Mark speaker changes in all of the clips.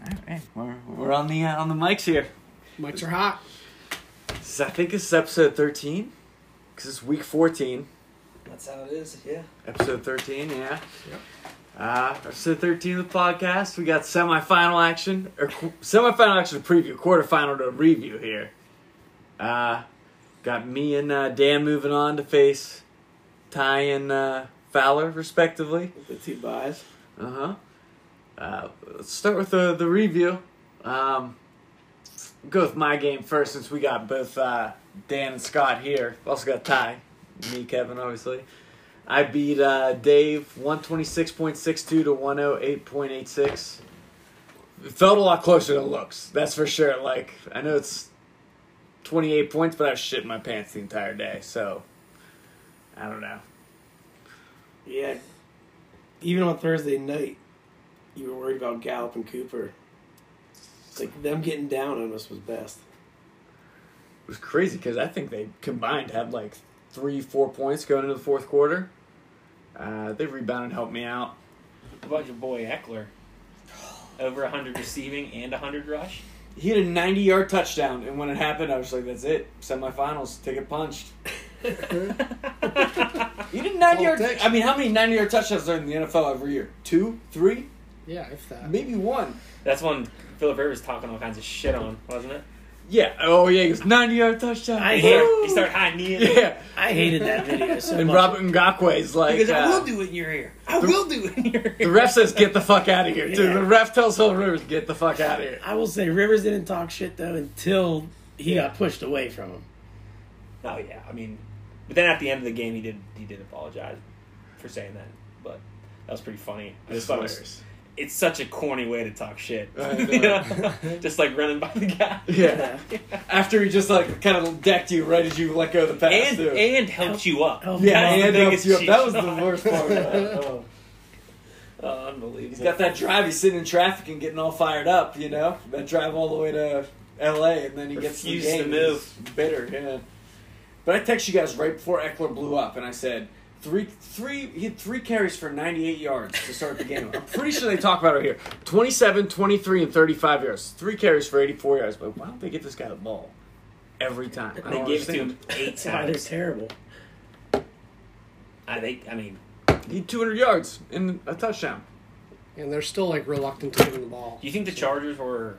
Speaker 1: All right, we're we're on the uh, on the mics here.
Speaker 2: Mics are hot.
Speaker 1: This is- I think this is episode thirteen, because it's week fourteen.
Speaker 3: That's how it is. Yeah.
Speaker 1: Episode thirteen, yeah.
Speaker 2: Yep.
Speaker 1: Uh, episode thirteen of the podcast. We got semifinal action or qu- semifinal action to preview, quarterfinal to review here. Uh, got me and uh, Dan moving on to face Ty and uh, Fowler, respectively.
Speaker 3: The two buys.
Speaker 1: Uh-huh. Uh Let's start with the the review. Um, go with my game first since we got both uh, Dan and Scott here. Also got Ty, me, Kevin, obviously. I beat uh, Dave one twenty six point six two to one hundred eight point eight six. It felt a lot closer than it looks. That's for sure. Like I know it's twenty eight points, but I was shitting my pants the entire day. So I don't know.
Speaker 3: Yeah. Even on Thursday night, you were worried about Gallup and Cooper. It's like them getting down on us was best.
Speaker 1: It was crazy because I think they combined had like three, four points going into the fourth quarter. Uh, they rebounded and helped me out.
Speaker 4: How about your boy Eckler? Over 100 receiving and 100 rush?
Speaker 1: He had a 90 yard touchdown, and when it happened, I was like, that's it. Semifinals, ticket punched. He did 90 yard.
Speaker 2: Well, thanks.
Speaker 1: I mean, how many 90 yard touchdowns are in the NFL every year? Two, three,
Speaker 2: Yeah, if that.
Speaker 1: maybe one.
Speaker 4: That's one Philip Rivers talking all kinds of shit on, wasn't it?
Speaker 1: Yeah. Oh, yeah. He goes 90 yard touchdown.
Speaker 3: I
Speaker 4: He
Speaker 3: hate-
Speaker 1: Woo!
Speaker 4: started, he started high kneeing.
Speaker 1: Yeah.
Speaker 3: I hated that video so
Speaker 1: And
Speaker 3: much.
Speaker 1: Robert Ngakwe is like.
Speaker 3: because I
Speaker 1: uh,
Speaker 3: will do it in your ear. I will do it in your ear.
Speaker 1: the ref says, get the fuck out of here, dude.
Speaker 3: Yeah.
Speaker 1: The ref tells Phil Rivers, get the fuck out of here.
Speaker 3: I will say Rivers didn't talk shit though until he got pushed away from him.
Speaker 4: Oh yeah, I mean, but then at the end of the game, he did he did apologize for saying that, but that was pretty funny. I just thought it was,
Speaker 1: Hilarious.
Speaker 4: it's such a corny way to talk shit,
Speaker 1: I know.
Speaker 4: You know? just like running by the guy.
Speaker 1: Yeah. After he just like kind of decked you right as you let go of the pass.
Speaker 4: and
Speaker 1: too.
Speaker 4: and helped you up.
Speaker 3: Oh,
Speaker 1: yeah,
Speaker 4: That's the
Speaker 1: and helped
Speaker 4: biggest
Speaker 1: you up.
Speaker 4: cheat
Speaker 1: That was the
Speaker 4: shot.
Speaker 1: worst part.
Speaker 4: oh, Oh, unbelievable.
Speaker 1: He's got that drive. He's sitting in traffic and getting all fired up. You know that drive all the way to L.A. and then he gets the
Speaker 4: Refused to
Speaker 1: game.
Speaker 4: move.
Speaker 1: He's Bitter, yeah. But I text you guys right before Eckler blew up, and I said three, three. He had three carries for 98 yards to start the game. I'm pretty sure they talk about it here. 27, 23, and 35 yards. Three carries for 84 yards. But why don't they give this guy the ball every time? I
Speaker 4: They
Speaker 1: don't
Speaker 4: gave it to
Speaker 1: understand.
Speaker 4: him eight
Speaker 3: That's why they're
Speaker 4: times.
Speaker 3: terrible.
Speaker 4: I think. I mean,
Speaker 1: He had 200 yards and a touchdown.
Speaker 2: And they're still like reluctant to give him the ball.
Speaker 4: do you think the Chargers were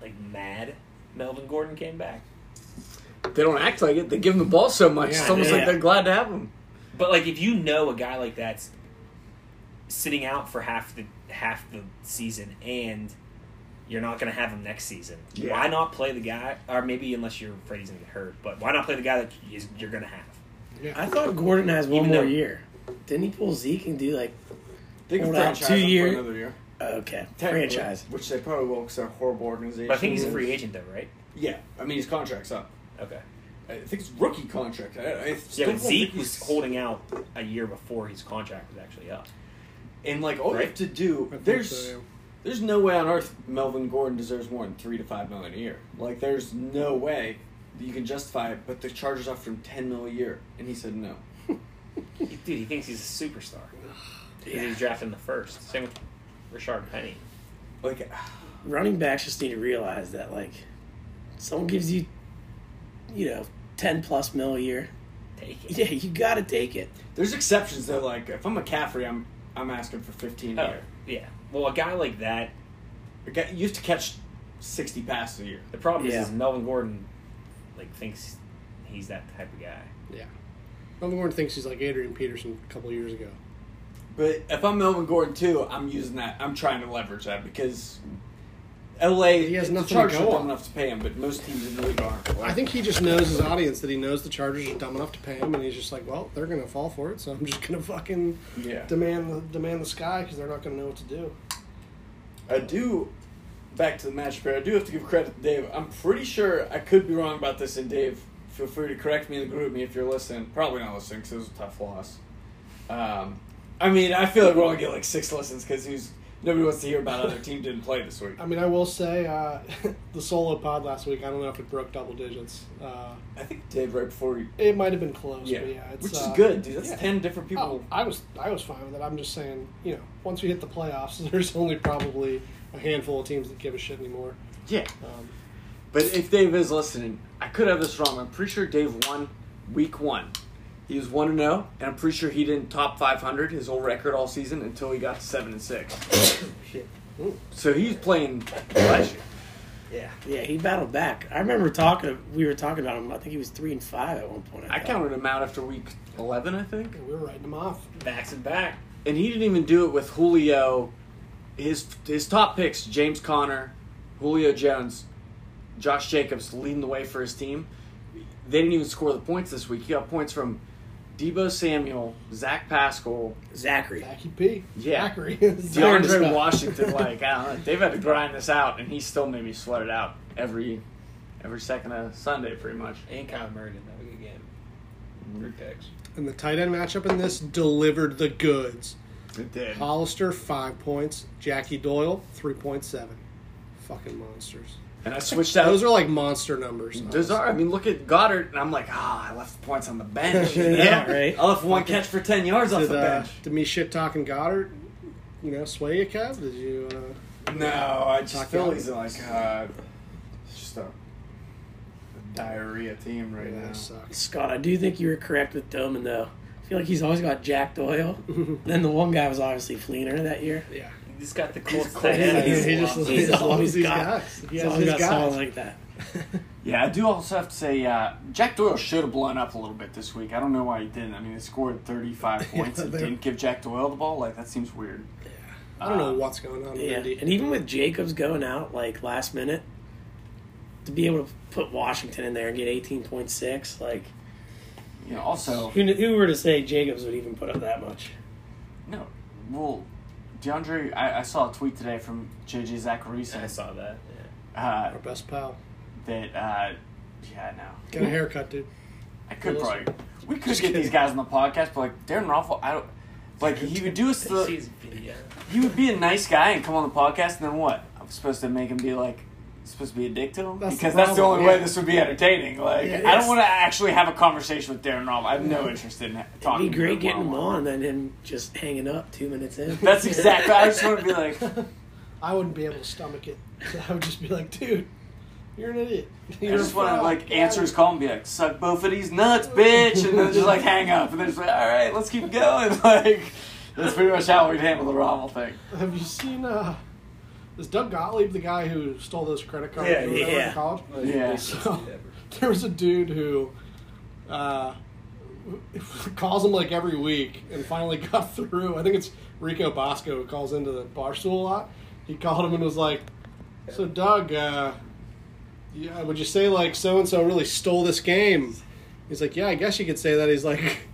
Speaker 4: like mad? Melvin Gordon came back,
Speaker 1: They don't act like it. They give him the ball so much. it's
Speaker 2: Yeah,
Speaker 1: almost
Speaker 3: yeah.
Speaker 1: like they're glad to have him.
Speaker 4: but like if you know a guy like that's sitting out for half the half the season and you're not going to have him next season.
Speaker 1: Yeah.
Speaker 4: Why not play the guy? Or maybe unless you're afraid he's going to get hurt, but why not play the guy that is- you're going to have?
Speaker 3: I thought Gordon has one
Speaker 4: Even
Speaker 3: more
Speaker 4: though-
Speaker 3: year. Didn't he pull Zeke and do like
Speaker 1: They
Speaker 3: Hold on,
Speaker 1: franchise
Speaker 3: two
Speaker 1: him for
Speaker 3: year-
Speaker 1: another year.
Speaker 3: okay
Speaker 1: Technically,
Speaker 3: franchise?
Speaker 1: Which they probably will because they're a horrible organization.
Speaker 4: But I think he's a free agent though, right?
Speaker 1: Yeah, I mean, his contract's up.
Speaker 4: Okay.
Speaker 1: I think it's rookie contract. I, I
Speaker 4: Yeah,
Speaker 1: still
Speaker 4: but
Speaker 1: don't
Speaker 4: Zeke
Speaker 1: think he's-
Speaker 4: was holding out a year before his contract was actually up.
Speaker 1: And, like, all you have
Speaker 4: Right?
Speaker 1: to do,
Speaker 2: I think
Speaker 1: there's
Speaker 2: so,
Speaker 1: there's no way on earth Melvin Gordon deserves more than three to five million a year. Like, there's no way that you can justify it, but the Chargers offered him 10 mil a year, and he said no.
Speaker 4: He- Dude, he thinks he's a superstar. Because he was drafted in the first. Same with Richard Penny.
Speaker 1: Like,
Speaker 3: running backs just need to realize that like someone gives you you know 10 plus mil a year
Speaker 4: Take it.
Speaker 3: yeah you gotta take it
Speaker 1: there's exceptions, though. Like, if I'm McCaffrey, I'm, I'm asking for 15 a
Speaker 4: Oh,
Speaker 1: year.
Speaker 4: yeah. Well, a guy like that,
Speaker 1: A guy- You have to catch 60 passes a year.
Speaker 4: the problem
Speaker 3: Yeah.
Speaker 4: is, is Melvin Gordon, like, thinks he's that type of guy.
Speaker 2: Yeah. Melvin Gordon thinks he's like Adrian Peterson a couple years ago.
Speaker 1: But if I'm Melvin Gordon too, I'm using that. I'm trying to leverage that because LA
Speaker 2: He has
Speaker 1: the
Speaker 2: nothing to
Speaker 1: Chargers
Speaker 2: go
Speaker 1: are
Speaker 2: on.
Speaker 1: dumb enough to pay him, but most teams in the league aren't.
Speaker 2: I think he just knows his audience that he knows the Chargers are dumb enough to pay him, and he's just like, well, they're gonna fall for it, so I'm just gonna fucking
Speaker 1: yeah,
Speaker 2: demand the demand the sky because they're not gonna know what to do.
Speaker 1: I do. Back to the match pair, I do have to give credit to Dave. I'm pretty sure I could be wrong about this, and Dave, feel free to correct me in the group me if you're listening. Probably not listening because it was a tough loss. Um, I mean, I feel like we're only get like six listens because he was Nobody wants to hear about how their team didn't play this week.
Speaker 2: I mean, I will say uh, the solo pod last week. I don't know if it broke double digits. Uh,
Speaker 1: I think it did right before we.
Speaker 2: it might have been close,
Speaker 1: Yeah.
Speaker 2: but yeah, it's,
Speaker 1: Which is
Speaker 2: uh,
Speaker 1: good, dude. That's
Speaker 2: yeah.
Speaker 1: 10 different people.
Speaker 2: Oh, I was I was fine with it. I'm just saying, you know, once we hit the playoffs, there's only probably a handful of teams that give a shit anymore.
Speaker 1: Yeah.
Speaker 2: Um,
Speaker 1: But if Dave is listening, I could have this wrong. I'm pretty sure Dave won week one. He was one and zero, and I'm pretty sure he didn't top 500 his whole record all season until he got to seven and six.
Speaker 3: Shit.
Speaker 1: So he's playing pleasure.
Speaker 4: Yeah.
Speaker 3: Yeah, he battled back. I remember talking. We were talking about him. I think he was three and five at one point.
Speaker 1: I
Speaker 3: thought.
Speaker 1: counted him out after week 11, I think,
Speaker 2: we were writing them off.
Speaker 4: Backs and back.
Speaker 1: and he didn't even do it with Julio. His his top picks: James Conner, Julio Jones, Josh Jacobs, leading the way for his team. They didn't even score the points this week. He got points from Debo Samuel, Zach Pascal,
Speaker 3: Zachary.
Speaker 2: Zachary E P.
Speaker 1: Yeah.
Speaker 2: Zachary.
Speaker 3: Darn
Speaker 1: DeAndre
Speaker 3: stuff.
Speaker 1: Washington, like I don't know, they've had to grind this out, and he still made me sweat it out every every second of Sunday, pretty much.
Speaker 4: And Kyle Murray didn't have a good game. Three picks.
Speaker 2: And the tight end matchup in this delivered the goods.
Speaker 1: It did.
Speaker 2: Hollister five points. Jackie Doyle three point seven. Fucking monsters.
Speaker 1: And I switched out.
Speaker 2: Those are like monster numbers.
Speaker 1: Those are. I mean, look at Goddard, and I'm like, ah, I left the points on the bench.
Speaker 3: Yeah, right.
Speaker 1: I left one catch for ten yards off
Speaker 2: Did,
Speaker 1: the
Speaker 2: uh,
Speaker 1: bench.
Speaker 2: did me shit talking Goddard, you know, sway you, Kev? Did you? Uh,
Speaker 1: No, I just
Speaker 2: Talk
Speaker 1: Phillies are like, uh, just a, a diarrhea team right
Speaker 2: yeah,
Speaker 1: now.
Speaker 2: that sucks.
Speaker 3: Scott, I do think you were correct with Doman though. I feel like he's always got Jack Doyle. then the one guy was obviously Fleener that year.
Speaker 2: Yeah.
Speaker 4: He's got the Colts
Speaker 3: He's
Speaker 4: tight end.
Speaker 3: crazy.
Speaker 4: He's
Speaker 2: he just
Speaker 4: lost.
Speaker 3: he's
Speaker 2: he's always
Speaker 3: always
Speaker 2: these
Speaker 3: got-
Speaker 2: guys.
Speaker 3: He's
Speaker 2: He has
Speaker 3: always
Speaker 2: his
Speaker 3: got someone
Speaker 2: guys.
Speaker 3: like that.
Speaker 1: Yeah, I do also have to say uh, Jack Doyle should have blown up a little bit this week. I don't know why he didn't. I mean, they scored 35 points and
Speaker 2: they-
Speaker 1: didn't give Jack Doyle the ball. Like that seems weird. Uh,
Speaker 2: I don't know what's going on.
Speaker 3: Yeah,
Speaker 2: Yeah.
Speaker 3: and even with Jacobs going out like last minute, to be able to put Washington in there and get eighteen point six, like
Speaker 1: You know, also
Speaker 3: who, kn- who were to say Jacobs would even put up that much?
Speaker 1: no. Well, DeAndre, I, I saw a tweet today from JJ
Speaker 4: I
Speaker 1: Zacharyson
Speaker 4: saw that. Yeah.
Speaker 1: uh,
Speaker 2: Our best pal.
Speaker 1: that uh, yeah, no,
Speaker 2: Get a haircut, dude.
Speaker 1: I could
Speaker 2: Wilson.
Speaker 1: probably we could
Speaker 2: Just
Speaker 1: get these
Speaker 2: kidding.
Speaker 1: guys on the podcast, but like Darren Ruffle, I don't like he would do us the
Speaker 4: Sees video.
Speaker 1: he would be a nice guy and come on the podcast, and then what? I'm supposed to make him be like supposed to be a dick to him
Speaker 2: That's the
Speaker 1: because that's the
Speaker 2: problem,
Speaker 1: only way
Speaker 2: yeah.
Speaker 1: this would be entertaining. Like
Speaker 2: Yeah,
Speaker 1: I
Speaker 2: yes.
Speaker 1: don't want to actually have a conversation with Darren Ruff. I have no interest in ha-
Speaker 3: It'd
Speaker 1: talking.
Speaker 3: be great
Speaker 1: to him
Speaker 3: getting him
Speaker 1: one-on-one.
Speaker 3: on than him just hanging up two minutes in. Oh,
Speaker 1: That's exactly. I just want to be like,
Speaker 2: I wouldn't be able to stomach it. So I would just be like, dude, you're an idiot.
Speaker 1: I
Speaker 2: You're
Speaker 1: just want to
Speaker 2: fraud.
Speaker 1: like answer his call and be like, suck both of these nuts, bitch, and then just like hang up, and then just like, all right, let's keep going. Like that's pretty much how we'd handle the Rommel thing.
Speaker 2: Have you seen? uh Is Doug Gottlieb the guy who stole those credit cards?
Speaker 4: Yeah,
Speaker 2: or whatever
Speaker 3: yeah.
Speaker 2: in college?
Speaker 1: Yeah.
Speaker 2: So there was a dude who uh, calls him like every week and finally got through. I think it's Rico Bosco who calls into the barstool a lot. He called him and was like, "So Doug, uh, yeah, would you say like so and so really stole this game?" He's like, "Yeah, I guess you could say that." He's like.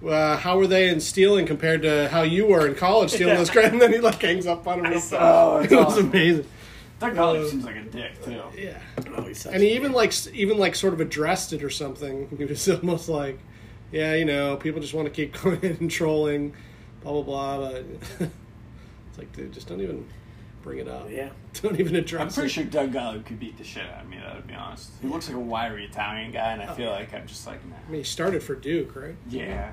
Speaker 2: Uh, how were they in stealing compared to how you were in college stealing those credits? And then he like hangs up on him. Real fast.
Speaker 1: Oh, it's
Speaker 2: It was
Speaker 1: awesome.
Speaker 2: amazing.
Speaker 1: Doug Gottlieb seems like a dick too.
Speaker 2: Yeah.
Speaker 3: Oh, he's such
Speaker 2: And he
Speaker 3: a-
Speaker 2: even like s- even like sort of addressed it or something. He was almost like, yeah, you know, people just want to keep going in and trolling, blah blah blah. But it's like, dude, just don't even bring it up.
Speaker 3: yeah.
Speaker 2: Don't even
Speaker 1: I'm
Speaker 2: address
Speaker 1: pretty
Speaker 2: it.
Speaker 1: sure Doug Gottlieb could beat the shit out of me, though, to be honest. He looks like a wiry Italian guy, and I feel like I'm just like, nah.
Speaker 2: I mean, he started for Duke, right?
Speaker 1: Yeah.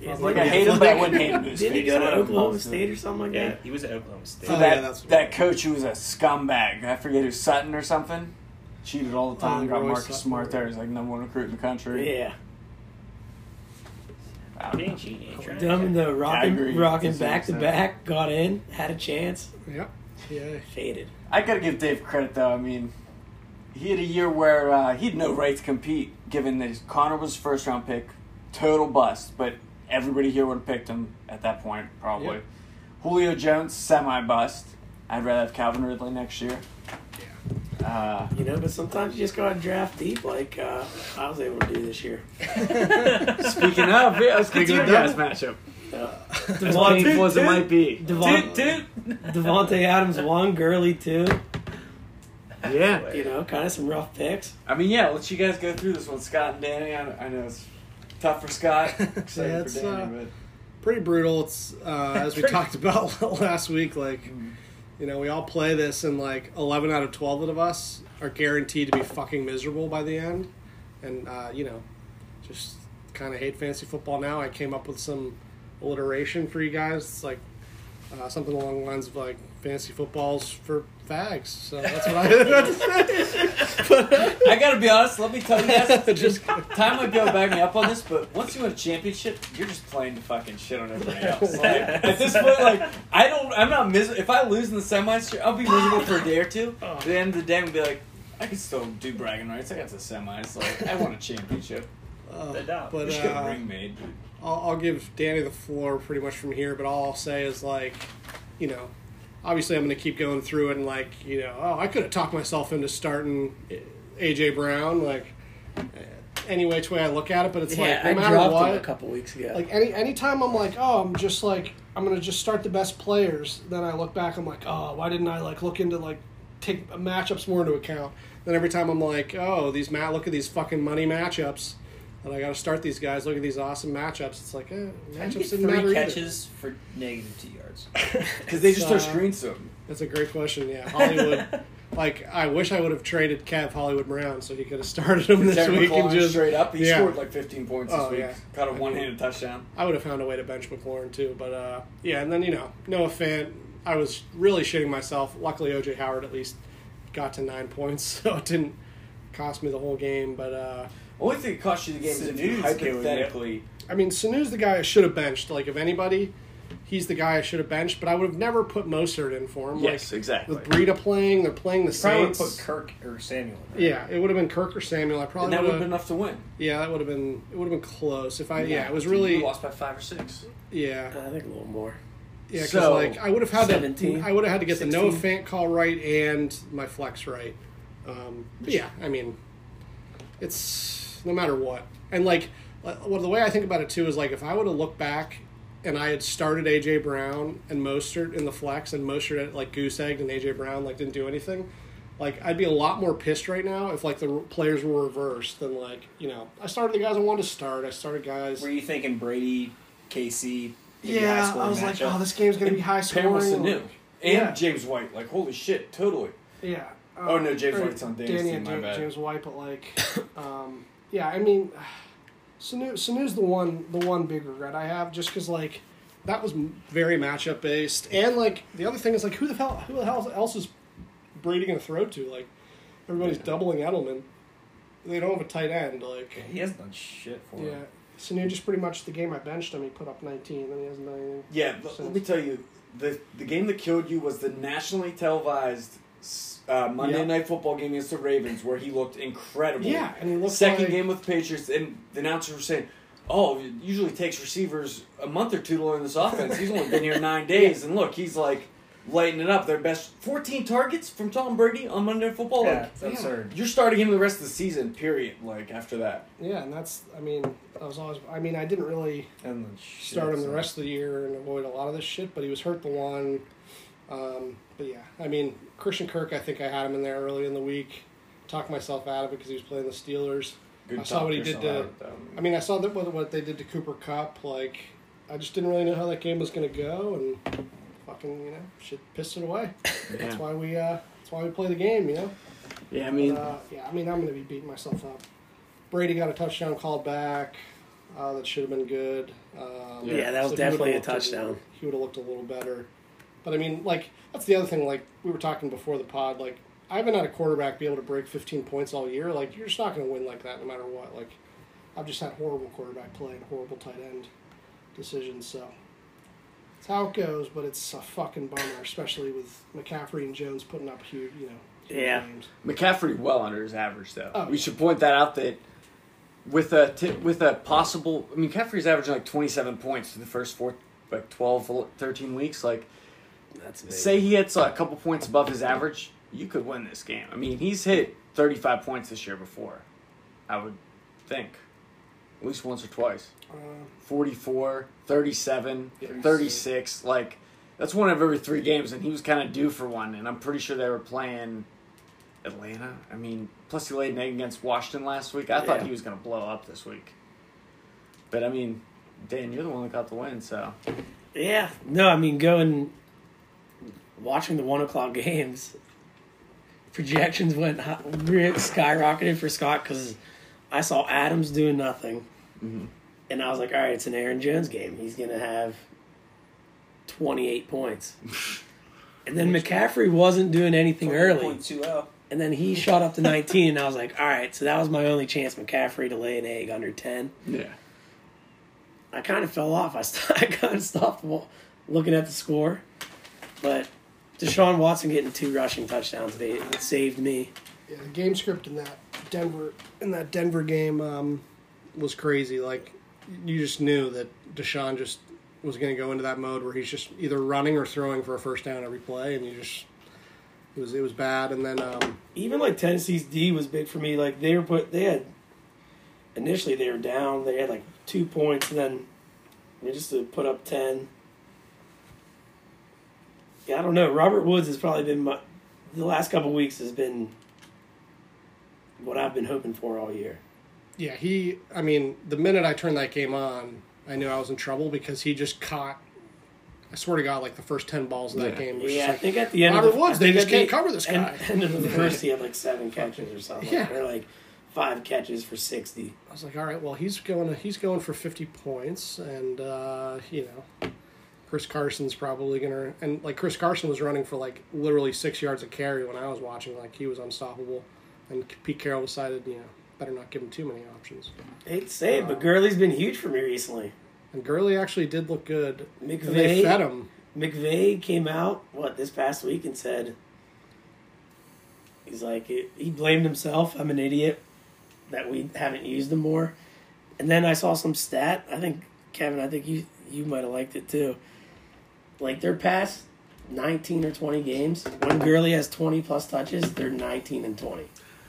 Speaker 3: Yeah,
Speaker 1: Like,
Speaker 2: Yeah.
Speaker 1: I hate him, but I wouldn't hate him. to his
Speaker 3: Didn't he
Speaker 1: face.
Speaker 3: go
Speaker 1: I
Speaker 3: to
Speaker 1: wouldn't
Speaker 3: Oklahoma
Speaker 1: call
Speaker 3: State
Speaker 1: him.
Speaker 3: or something like
Speaker 4: Yeah,
Speaker 3: that?
Speaker 4: he was at Oklahoma State.
Speaker 2: Oh,
Speaker 1: So
Speaker 2: yeah,
Speaker 1: that,
Speaker 2: that's-
Speaker 1: that coach who was a scumbag, I forget who, Sutton or something, cheated all the time,
Speaker 2: Oh,
Speaker 1: got
Speaker 2: Roy
Speaker 1: Marcus
Speaker 2: Sutton.
Speaker 1: Smart there. He's like number one recruit in the country.
Speaker 3: Yeah.
Speaker 1: I don't know.
Speaker 3: Dumb though,
Speaker 1: agree.
Speaker 3: rocking, rocking
Speaker 1: That's what I'm
Speaker 3: back to
Speaker 1: saying.
Speaker 3: back, got in, had a chance,
Speaker 2: Yeah. Yeah.
Speaker 3: faded.
Speaker 1: I gotta give Dave credit, though. I mean, he had a year where uh, he had no right to compete, given that his- Connor was first round pick, total bust, but everybody here would have picked him at that point, probably.
Speaker 2: Yeah.
Speaker 1: Julio Jones, semi bust. I'd rather have Calvin Ridley next year. Uh,
Speaker 3: You know, but sometimes you just gotta draft deep, like uh, I was able to do this year.
Speaker 1: speaking of, yeah, let's get to
Speaker 2: Speaking
Speaker 1: your
Speaker 2: of
Speaker 1: guys'
Speaker 2: double.
Speaker 1: matchup. As
Speaker 3: Devontae-
Speaker 1: painful as it might be.
Speaker 3: Devon-
Speaker 4: Toot,
Speaker 3: Devontae Adams one, Gurley two.
Speaker 1: Yeah.
Speaker 3: You know, kind of some rough picks.
Speaker 1: I mean, yeah, let you guys go through this one. Scott and Danny, I, I know it's tough for Scott. Excited
Speaker 2: Yeah,
Speaker 1: for
Speaker 2: it's,
Speaker 1: Danny,
Speaker 2: uh,
Speaker 1: but.
Speaker 2: pretty brutal. It's uh, as we
Speaker 4: Pretty-
Speaker 2: talked about last week. Like, you know, we all play this, and like eleven out of twelve of us are guaranteed to be fucking miserable by the end. And uh, you know, just kind of hate fantasy football now. I came up with some alliteration for you guys. It's like uh, something along the lines of like fantasy footballs for fags. So that's what I
Speaker 1: I gotta be honest. Let me tell you guys.
Speaker 2: Just-
Speaker 1: just time might be able to back me up on this, but once you win a championship, you're just playing to fucking shit on everybody else. Like, at this point, like I don't, I'm not miserable. If I lose in the semis, I'll be miserable for a day or two. But At the end of the day, I'm gonna be like, I can still do bragging rights. I got the semis. Like I won a championship.
Speaker 4: No
Speaker 2: uh,
Speaker 4: doubt.
Speaker 1: You
Speaker 2: but
Speaker 1: should get a
Speaker 2: uh,
Speaker 1: ring made.
Speaker 2: I'll, I'll give Danny the floor pretty much from here, but all I'll say is like, you know, obviously I'm going to keep going through it and like, you know, oh, I could have talked myself into starting AJ Brown, like, eh, any which way I look at it, but it's
Speaker 3: yeah,
Speaker 2: like no
Speaker 3: I
Speaker 2: matter
Speaker 3: dropped
Speaker 2: what,
Speaker 3: him a couple weeks ago.
Speaker 2: like any anytime I'm like, oh, I'm just like I'm gonna just start the best players. Then I look back, I'm like, oh, why didn't I like look into like take matchups more into account? Then every time I'm like, oh, these Matt, look at these fucking money matchups. And I got to start these guys. Look at these awesome matchups. It's like, eh,
Speaker 5: I
Speaker 2: matchups
Speaker 5: think
Speaker 2: didn't matter
Speaker 5: three
Speaker 2: either.
Speaker 5: catches for negative two yards.
Speaker 1: Because they just throw
Speaker 2: So-
Speaker 1: screens to him.
Speaker 2: That's a great question. Yeah, Hollywood. like, I wish I would have traded Cav Hollywood Brown so he could have started him this
Speaker 1: Terry
Speaker 2: week and
Speaker 1: McLaurin
Speaker 2: just.
Speaker 1: straight up. He
Speaker 2: yeah.
Speaker 1: scored like 15 points this
Speaker 2: Oh,
Speaker 1: week.
Speaker 2: yeah.
Speaker 1: Caught a one-handed touchdown.
Speaker 2: I would have found a way to bench McLaurin too, but uh, yeah, and then you know, Noah Fant, I was really shitting myself. Luckily, OJ Howard at least got to nine points, so it didn't cost me the whole game. But uh,
Speaker 1: Only thing that cost you the game is if you
Speaker 4: Sanu's killing it.
Speaker 1: hypothetically.
Speaker 2: I mean, Sanu's the guy I should have benched. Like, if anybody, he's the guy I should have benched. But I would have never put Mostert in for him. like,
Speaker 1: exactly.
Speaker 2: with Breida playing, they're playing the
Speaker 4: Probably would
Speaker 2: Saints.
Speaker 4: put Kirk or Samuel. in there.
Speaker 2: yeah, it would have been Kirk or Samuel. I
Speaker 1: and
Speaker 2: probably
Speaker 1: that would
Speaker 2: would
Speaker 1: have been
Speaker 2: have.
Speaker 1: enough to win.
Speaker 2: Yeah, that would have been. It would have been close. If I, yeah, it was
Speaker 1: Dude,
Speaker 2: really,
Speaker 1: you lost by five or six.
Speaker 2: yeah.
Speaker 3: I think a little more.
Speaker 2: Yeah, 'cause,
Speaker 1: So,
Speaker 2: like I would have had
Speaker 3: 17,
Speaker 2: to, I would have had to get the Noah
Speaker 3: 16.
Speaker 2: Fant call right and my flex right. Um, but yeah, I mean, it's no matter what, and like, li- well, the way I think about it too is like if I would have looked back and I had started AJ Brown and Mostert in the flex and Mostert at like goose egg and AJ Brown like didn't do anything. Like I'd be a lot more pissed right now if like the r- players were reversed than like you know I started the guys I wanted to start I started guys
Speaker 4: Were you thinking Brady, KC? maybe high
Speaker 2: yeah
Speaker 4: scoring
Speaker 2: I was like
Speaker 4: matchup?
Speaker 2: oh this game's gonna be high
Speaker 1: Pair
Speaker 2: scoring
Speaker 1: with Sanu.
Speaker 2: like-
Speaker 1: And
Speaker 2: Yeah.
Speaker 1: James White. Like, holy shit, totally.
Speaker 2: Yeah. uh,
Speaker 1: Oh, no, James
Speaker 2: or
Speaker 1: White's on Danny's team,
Speaker 2: and
Speaker 1: my
Speaker 2: Ja-
Speaker 1: bad.
Speaker 2: James White, but like, um, yeah, I mean, Sanu, Sanu's the one, the one big regret I have, just because like that was m- very matchup based, and like the other thing is like who the hell, who the hell else is Brady gonna throw to? Like everybody's doubling Edelman. They don't have a tight end. Like,
Speaker 4: He hasn't done shit for
Speaker 2: yeah,
Speaker 4: him.
Speaker 2: Sanu just pretty much the game I benched him, he put up 19, and he hasn't done anything.
Speaker 1: Yeah, but let me tell you, the the game that killed you was the nationally televised s- uh, Monday
Speaker 2: Yeah.
Speaker 1: Night Football game against the Ravens, where he looked incredible.
Speaker 2: Yeah, and he looked
Speaker 1: second
Speaker 2: like-
Speaker 1: game with the Patriots, and the announcers were saying, "Oh, it usually takes receivers a month or two to learn this offense. He's only been here nine days, and look, he's like lighting it up. Their best fourteen targets from Tom Brady on Monday Night Football.
Speaker 4: Yeah,
Speaker 1: Like,
Speaker 4: it's
Speaker 2: Yeah.
Speaker 4: absurd.
Speaker 1: you're starting him the rest of the season. Period. Like after that,
Speaker 2: Yeah, and that's, I mean, I was always, I mean, I didn't really.
Speaker 4: And then shit,
Speaker 2: start him the
Speaker 4: so-
Speaker 2: rest of the year and avoid a lot of this shit. But he was hurt the one. Um, but yeah, I mean Christian Kirk. I think I had him in there early in the week. Talked myself out of it because he was playing the Steelers.
Speaker 1: good.
Speaker 2: I saw
Speaker 1: talk
Speaker 2: what he
Speaker 1: yourself
Speaker 2: did to-
Speaker 1: out of that.
Speaker 2: I mean, I saw that what, what they did to Cooper Cup. Like, I just didn't really know how that game was gonna go, and fucking you know, shit pissed it away. That's why we. Uh, that's why we play the game. You know.
Speaker 1: yeah, I
Speaker 2: But, uh, yeah, I mean, I'm going to be beating myself up. Brady got a touchdown called back. Uh, that should have been good. Um,
Speaker 1: Yeah,
Speaker 3: that was
Speaker 2: if he would've
Speaker 3: definitely a
Speaker 2: looked
Speaker 3: touchdown.
Speaker 2: he would have looked a little better. But I mean, like that's the other thing. Like we were talking before the pod. Like I haven't had a quarterback be able to break 15 points all year. Like you're just not going to win like that no matter what. Like I've just had horrible quarterback play and horrible tight end decisions. So it's how it goes. But it's a fucking bummer, especially with McCaffrey and Jones putting up huge, you know, huge
Speaker 3: Yeah.
Speaker 2: games.
Speaker 1: McCaffrey well under his average though.
Speaker 2: Oh,
Speaker 1: we
Speaker 2: yeah.
Speaker 1: should point that out that with a t- with a possible I mean McCaffrey's averaging like 27 points for the first four like 12 13 weeks like
Speaker 3: That's amazing.
Speaker 1: say he hits uh, a couple points above his average, you could win this game. I mean, he's hit 35 points this year before. I would think at least once or twice.
Speaker 2: Uh,
Speaker 1: 44, 37,
Speaker 2: Yeah.
Speaker 1: 36. Like, that's one of every three games, and he was kind of due for one, and I'm pretty sure they were playing Atlanta. I mean, plus he laid an egg against Washington last week. I thought
Speaker 3: Yeah.
Speaker 1: he was going to blow up this week. But, I mean, Dan, you're the one that got the win, so
Speaker 3: Yeah. No, I mean going watching the one o'clock games. Projections went hi- re- skyrocketed for Scott because I saw Adams doing nothing, and I was like, "All right, it's an Aaron Jones game. He's gonna have twenty-eight points." and then McCaffrey wasn't doing anything early,
Speaker 4: oh.
Speaker 5: 28.20.
Speaker 3: and then he shot up to nineteen, and I was like, "All right, so that was my only chance, McCaffrey, to lay an egg under ten.
Speaker 1: yeah.
Speaker 3: I kind of fell off. I, st- I kind of stopped wa- looking at the score. But Deshaun Watson getting two rushing touchdowns, they it saved me.
Speaker 2: Yeah, the game script in that Denver in that Denver game um, was crazy. Like you just knew that Deshaun just was going to go into that mode where he's just either running or throwing for a first down every play, and you just it was it was bad. And then um,
Speaker 3: Even like Tennessee's D was big for me. Like they were put, they had initially they were down. They had like two points, and then they just to put up ten. Yeah, I don't know. Robert Woods has probably been my the last couple weeks has been what I've been hoping for all year.
Speaker 2: yeah, he. I mean, the minute I turned that game on, I knew I was in trouble because he just caught. I swear to God, like the first ten balls of that
Speaker 1: Yeah.
Speaker 2: game. was
Speaker 3: Yeah,
Speaker 2: just
Speaker 3: I
Speaker 2: like-
Speaker 3: think at the end
Speaker 2: Robert
Speaker 3: of the,
Speaker 2: Woods,
Speaker 3: I
Speaker 2: they
Speaker 3: think
Speaker 2: just
Speaker 3: at
Speaker 2: can't
Speaker 3: the
Speaker 2: cover this
Speaker 3: end-
Speaker 2: guy.
Speaker 3: End of the first, he had like seven catches or something.
Speaker 2: Yeah.
Speaker 3: Or like five catches for sixty.
Speaker 2: I was like, all right, well, he's going. He's going for fifty points, and uh, you know, Chris Carson's probably gonna. And like Chris Carson was running for like literally six yards a carry when I was watching. Like he was unstoppable, and Pete Carroll decided, you know, better not give him too many options.
Speaker 3: Hate to say it, but Gurley's been huge for me recently.
Speaker 2: And Gurley actually did look good. And they fed
Speaker 3: McVay
Speaker 2: him.
Speaker 3: McVay came out what this past week and said he's like it, he blamed himself. I'm an idiot that we haven't used them more. And then I saw some stat. I think Kevin, I think you you might have liked it too. Like their past 19 or 20 games, when Gurley has 20 plus touches, they're 19 and 20.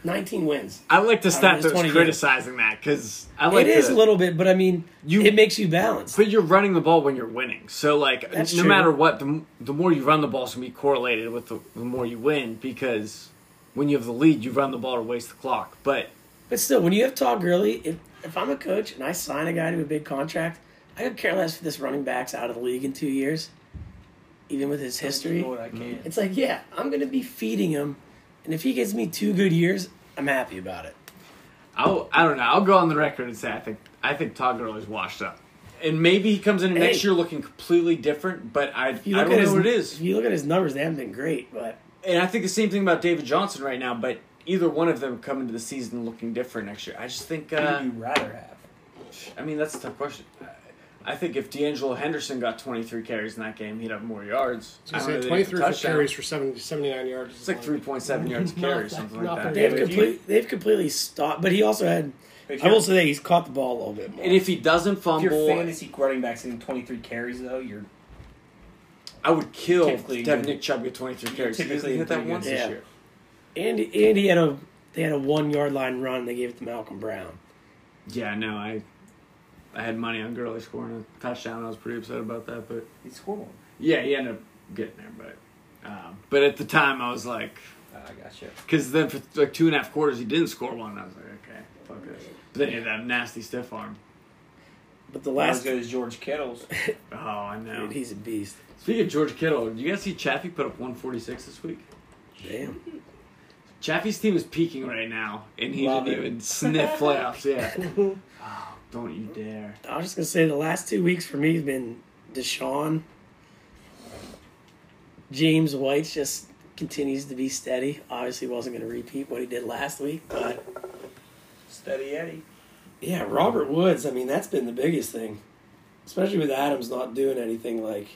Speaker 3: 19 wins.
Speaker 1: I like the
Speaker 3: I mean,
Speaker 1: stat
Speaker 3: it's
Speaker 1: that's
Speaker 3: 20 games.
Speaker 1: criticizing that because I like
Speaker 3: it is
Speaker 1: the-
Speaker 3: a little bit, but I mean,
Speaker 1: You-
Speaker 3: it makes you balance.
Speaker 1: But you're running the ball when you're winning. So like,
Speaker 3: That's
Speaker 1: no
Speaker 3: true.
Speaker 1: matter what, the, m- the more you run the ball is gonna be correlated with the, the more you win because when you have the lead, you run the ball to waste the clock. But
Speaker 3: But still, when you have Todd Gurley, if, if I'm a coach and I sign a guy to a big contract, I could care less if this running back's out of the league in two years, even with his history.
Speaker 5: Do what I can.
Speaker 3: It's like, yeah, I'm going to be feeding him. And if he gives me two good years, I'm happy about it.
Speaker 1: I'll, I don't know. I'll go on the record and say I think I think Todd Gurley's washed up, and maybe he comes in next
Speaker 3: Hey.
Speaker 1: year looking completely different. But I I
Speaker 3: If you
Speaker 1: don't
Speaker 3: look
Speaker 1: know
Speaker 3: at his,
Speaker 1: what it
Speaker 3: If
Speaker 1: is,
Speaker 3: you look at his numbers, they haven't been great, but
Speaker 1: and I think the same thing about David Johnson right now. But either one of them come into the season looking different next year. I just think. Uh,
Speaker 5: Who would you rather have?
Speaker 1: I mean, that's a tough question. I think if D'Angelo Henderson got 23 carries in that game, he'd have more yards.
Speaker 2: I was
Speaker 1: I don't
Speaker 2: gonna say
Speaker 1: know that he'd have
Speaker 2: twenty-three for
Speaker 1: a touchdown.
Speaker 2: carries for 70, 79 yards.
Speaker 1: It's like 3.7 yards a carry or something like
Speaker 2: Nothing.
Speaker 1: that.
Speaker 2: Yeah,
Speaker 3: they've,
Speaker 2: but if you-
Speaker 3: complete, they've completely stopped. But he also had,
Speaker 5: If
Speaker 3: I
Speaker 5: you're-
Speaker 3: will say that he's caught the ball a little bit more.
Speaker 1: And if he doesn't
Speaker 4: If your
Speaker 1: fumble,
Speaker 4: fantasy running back's in 23 carries, though, you're
Speaker 1: I would kill
Speaker 4: Typically
Speaker 1: to have
Speaker 4: good.
Speaker 1: Nick Chubb get 23 carries. He hasn't
Speaker 4: Typically
Speaker 1: hit that
Speaker 4: pretty
Speaker 1: once
Speaker 3: good.
Speaker 1: this
Speaker 3: Yeah.
Speaker 1: year.
Speaker 3: and, and he had a, they had a one yard line run. They gave it to Malcolm Brown.
Speaker 1: Yeah, no, I I had money on Gurley scoring a touchdown. I was pretty upset about that, but
Speaker 5: He scored one.
Speaker 1: yeah, he ended up getting there. But um, but at the time, I was like,
Speaker 5: Ah, I got you.
Speaker 1: because then for like two and a half quarters, he didn't score one. I was like, okay, fuck this. But then he had that nasty stiff arm.
Speaker 3: But the
Speaker 5: Not as
Speaker 3: last,
Speaker 5: good as George Kittle's.
Speaker 1: Oh, I know.
Speaker 3: dude, he's a beast.
Speaker 1: Speaking of George Kittle, did you guys see Chaffee put up 146 this week?
Speaker 3: Damn.
Speaker 1: Chaffee's team is peaking right now, and he
Speaker 5: Love
Speaker 1: didn't
Speaker 5: it.
Speaker 1: even sniff playoffs yet. oh, don't you dare.
Speaker 3: I was just gonna say the last two weeks for me has been Deshaun. James White just continues to be steady. Obviously, wasn't gonna repeat what he did last week, but
Speaker 5: Steady Eddie.
Speaker 3: yeah, Robert Woods. I mean, that's been the biggest thing, especially with Adams not doing anything like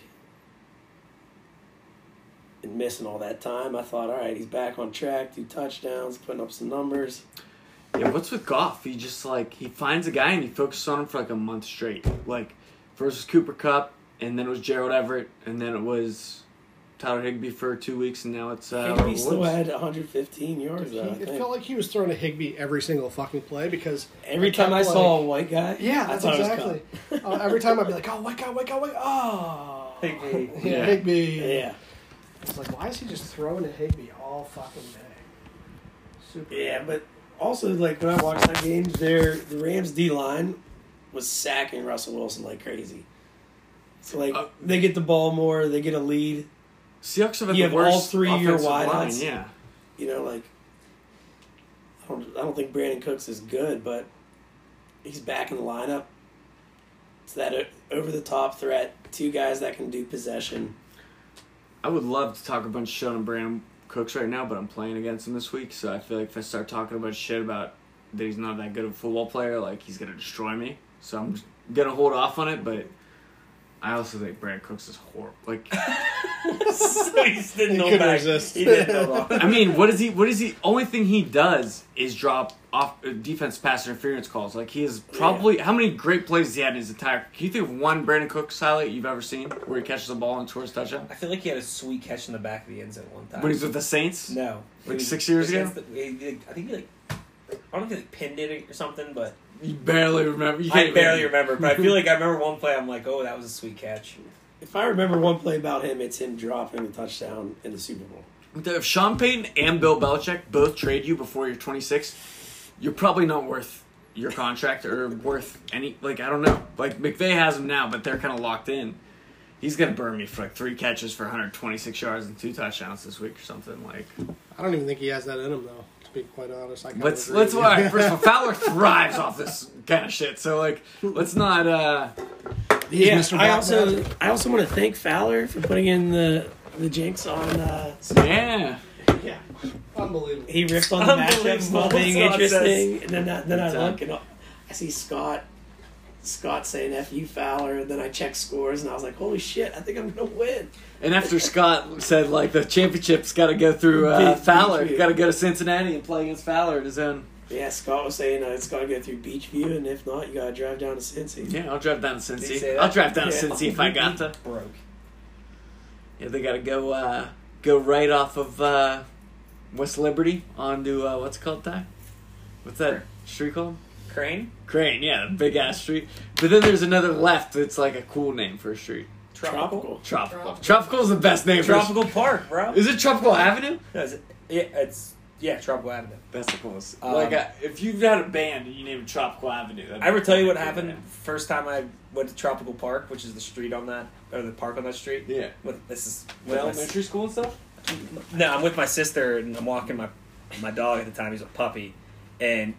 Speaker 3: and missing all that time. I thought, all right, he's back on track, two touchdowns, putting up some numbers.
Speaker 1: Yeah, what's with Goff? He just, like, he finds a guy and he focuses on him for, like, a month straight. Like, versus Cooper Cup, and then it was Gerald Everett, and then it was Tyler Higbee for two weeks, and now it's, uh,
Speaker 3: Higby still
Speaker 1: Woods.
Speaker 3: had 115 yards.
Speaker 2: He,
Speaker 3: though, I
Speaker 2: it
Speaker 3: think.
Speaker 2: felt like he was throwing a Higby every single fucking play because
Speaker 3: Every time I
Speaker 2: kept,
Speaker 3: saw
Speaker 2: like-
Speaker 3: a white guy,
Speaker 2: Yeah,
Speaker 3: I
Speaker 2: that's
Speaker 3: thought it was
Speaker 2: exactly. uh, every time I'd be like, oh, wake up, wake up, wake up. Oh.
Speaker 5: Higby.
Speaker 2: Yeah,
Speaker 1: Yeah.
Speaker 2: Higby.
Speaker 3: Cup. Yeah.
Speaker 2: It's like, why is he just throwing at Higby all fucking day? Super.
Speaker 3: Yeah, but also like when I watched that game, their the Rams D line was sacking Russell Wilson like crazy. So like
Speaker 1: Uh,
Speaker 3: they get the ball more, they get a lead.
Speaker 1: Seahawks have had
Speaker 3: You
Speaker 1: the
Speaker 3: have
Speaker 1: worst
Speaker 3: all three of your
Speaker 1: offensive line.
Speaker 3: wideouts.
Speaker 1: Yeah,
Speaker 3: You know, like I don't, I don't think Brandon Cooks is good, but he's back in the lineup. It's that over the top threat, two guys that can do possession.
Speaker 1: I would love to talk a bunch of shit on Brandon Cooks right now, but I'm playing against him this week, so I feel like if I start talking about shit about that he's not that good of a football player, like he's gonna destroy me. So I'm just gonna hold off on it, but I also think Brandon Cooks is horrible. Like,
Speaker 6: so he's the
Speaker 2: He
Speaker 6: no
Speaker 2: couldn't
Speaker 6: back.
Speaker 2: resist.
Speaker 6: He did no back.
Speaker 1: I mean, what is he? What is he? Only thing he does is drop off uh, defense pass interference calls. Like he is probably how many great plays he had in his entire. Can you think of one Brandon Cooks highlight you've ever seen where he catches the ball and scores a touchdown?
Speaker 4: I feel like he had a sweet catch in the back of the end zone one time.
Speaker 1: When he's with the Saints,
Speaker 4: no, It
Speaker 1: Like
Speaker 4: was-
Speaker 1: six years
Speaker 4: it was
Speaker 1: ago?
Speaker 4: against the- he, like, I think he like. I don't know if he like pinned it or something, but
Speaker 1: you barely remember. You
Speaker 4: I
Speaker 1: can't
Speaker 4: barely
Speaker 1: even-
Speaker 4: remember. But I feel like I remember one play. I'm like, oh, that was a sweet catch.
Speaker 3: If I remember one play about him, it's him dropping the touchdown in the Super Bowl.
Speaker 1: If Sean Payton and Bill Belichick both trade you before you're 26, you're probably not worth your contract or worth any. Like I don't know. Like McVay has him now, but they're kind of locked in. He's gonna burn me for like three catches for 126 yards and two touchdowns this week or something. Like
Speaker 2: I don't even think he has that in him, though. To be quite honest, I kinda
Speaker 1: let's
Speaker 2: agree.
Speaker 1: let's all right, first of all, Fowler thrives off this kind of shit. So like let's not. uh
Speaker 2: He's
Speaker 3: yeah,
Speaker 2: Mr.
Speaker 3: I
Speaker 2: Bob
Speaker 3: also
Speaker 2: Magic.
Speaker 3: I also want to thank Fowler for putting in the the jinx on. Uh,
Speaker 1: Yeah.
Speaker 2: yeah, unbelievable.
Speaker 3: he ripped on the matchups
Speaker 6: Unbelievable
Speaker 3: not being
Speaker 6: nonsense.
Speaker 3: interesting, and then I, then I
Speaker 1: Good time.
Speaker 3: look and I I see Scott Scott saying "F you Fowler." Then I check scores and I was like, "Holy shit! I think I'm gonna win."
Speaker 1: And after Scott said like the championship's got to go through uh,
Speaker 3: Beat- beat
Speaker 1: Fowler,
Speaker 3: you.
Speaker 1: got to go to Cincinnati and play against Fowler at his own.
Speaker 3: Yeah, Scott was saying uh, it's gotta go through Beachview, and if not, you gotta drive down to Cincy.
Speaker 1: Yeah, I'll drive down to
Speaker 4: Did he say
Speaker 1: Cincy.
Speaker 4: that?
Speaker 1: I'll drive down
Speaker 3: Yeah.
Speaker 1: to Cincy if I got to.
Speaker 4: Broke.
Speaker 1: Yeah, they gotta go uh, go right off of uh, West Liberty onto uh, what's it called that? What's that street called?
Speaker 4: Crane.
Speaker 1: Crane, yeah, big ass street. But then there's another left that's like a cool name for a street.
Speaker 3: Tropical.
Speaker 1: Tropical. Tropical's the best name
Speaker 4: Tropical Park, bro.
Speaker 1: for a, Is it Tropical Avenue?
Speaker 4: No, is it- yeah, it's yeah, Tropical Avenue.
Speaker 1: That's the coolest.
Speaker 4: Um,
Speaker 1: like I, if you've had a band and you name it Tropical Avenue, that'd
Speaker 4: I ever
Speaker 1: be-
Speaker 4: tell you what
Speaker 1: that'd be
Speaker 4: happened first time I went to Tropical Park, which is the street on that or the park on that street.
Speaker 1: the band.
Speaker 4: With, this is
Speaker 1: Yeah. Well,
Speaker 4: well,
Speaker 1: elementary school and stuff.
Speaker 4: no, I'm with my sister and I'm walking my my dog at the time. He's a puppy, and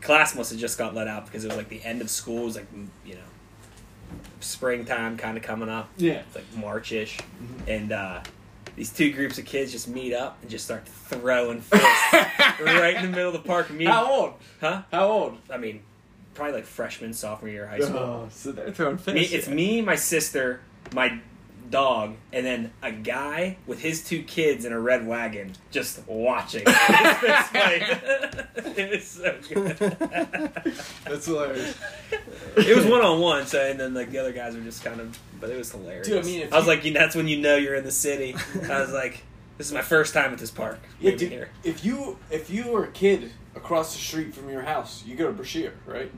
Speaker 4: class must have just got let out because it was like the end of school. It was like you know, springtime kind of coming up.
Speaker 1: Yeah.
Speaker 4: It's like Marchish,
Speaker 1: Mm-hmm.
Speaker 4: and uh, these two groups of kids just meet up and just start throwing fists right in the middle of the park. And me,
Speaker 1: How old?
Speaker 4: huh?
Speaker 1: How old?
Speaker 4: I mean, probably like freshman, sophomore year
Speaker 1: Uh-huh.
Speaker 4: of high school.
Speaker 1: so they're throwing
Speaker 4: Me,
Speaker 1: fists.
Speaker 4: it's me, my sister, my dog, and then a guy with his two kids in a red wagon just watching. It's like- it was so good.
Speaker 1: That's hilarious.
Speaker 4: It was one on one, so and then like the other guys were just kind of, but it was hilarious.
Speaker 1: Dude, I mean, if
Speaker 4: was
Speaker 1: you-
Speaker 4: like, you, that's when you know you're in the city. I was like, this is my first time at this park.
Speaker 1: Yeah,
Speaker 4: Moving
Speaker 1: dude.
Speaker 4: here.
Speaker 1: If you if you were a kid across the street from your house, you go to Brashear, right?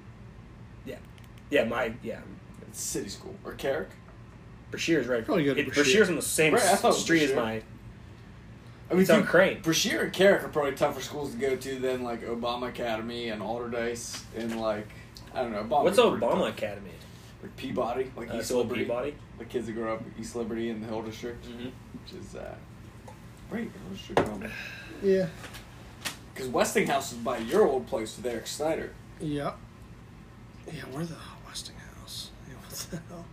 Speaker 4: Yeah, my yeah.
Speaker 1: It's city school or Carrick.
Speaker 4: Brashear's right.
Speaker 2: Probably go to
Speaker 4: it-
Speaker 2: Brashear.
Speaker 4: Brashear's on the same
Speaker 1: Right, I thought it was
Speaker 4: street as
Speaker 1: Brashear.
Speaker 4: my.
Speaker 1: I mean,
Speaker 4: It's on
Speaker 1: dude,
Speaker 4: Crane.
Speaker 1: Brashear and Carrick are probably tougher schools to go to than like Obama Academy and Alderdice and like I don't know. Obama
Speaker 4: What's
Speaker 1: would be pretty
Speaker 4: Obama
Speaker 1: tough.
Speaker 4: Academy?
Speaker 1: Like Peabody, like
Speaker 4: Uh,
Speaker 1: East
Speaker 4: it's old
Speaker 1: Liberty.
Speaker 4: Peabody.
Speaker 1: The kids that grew up in East Liberty in the Hill District,
Speaker 4: Mm-hmm.
Speaker 1: which is uh, right Hill District.
Speaker 2: Yeah,
Speaker 1: Because Westinghouse is by your old place with Eric Snyder.
Speaker 2: yeah, yeah. Where the hell Westinghouse? Yeah, what the hell?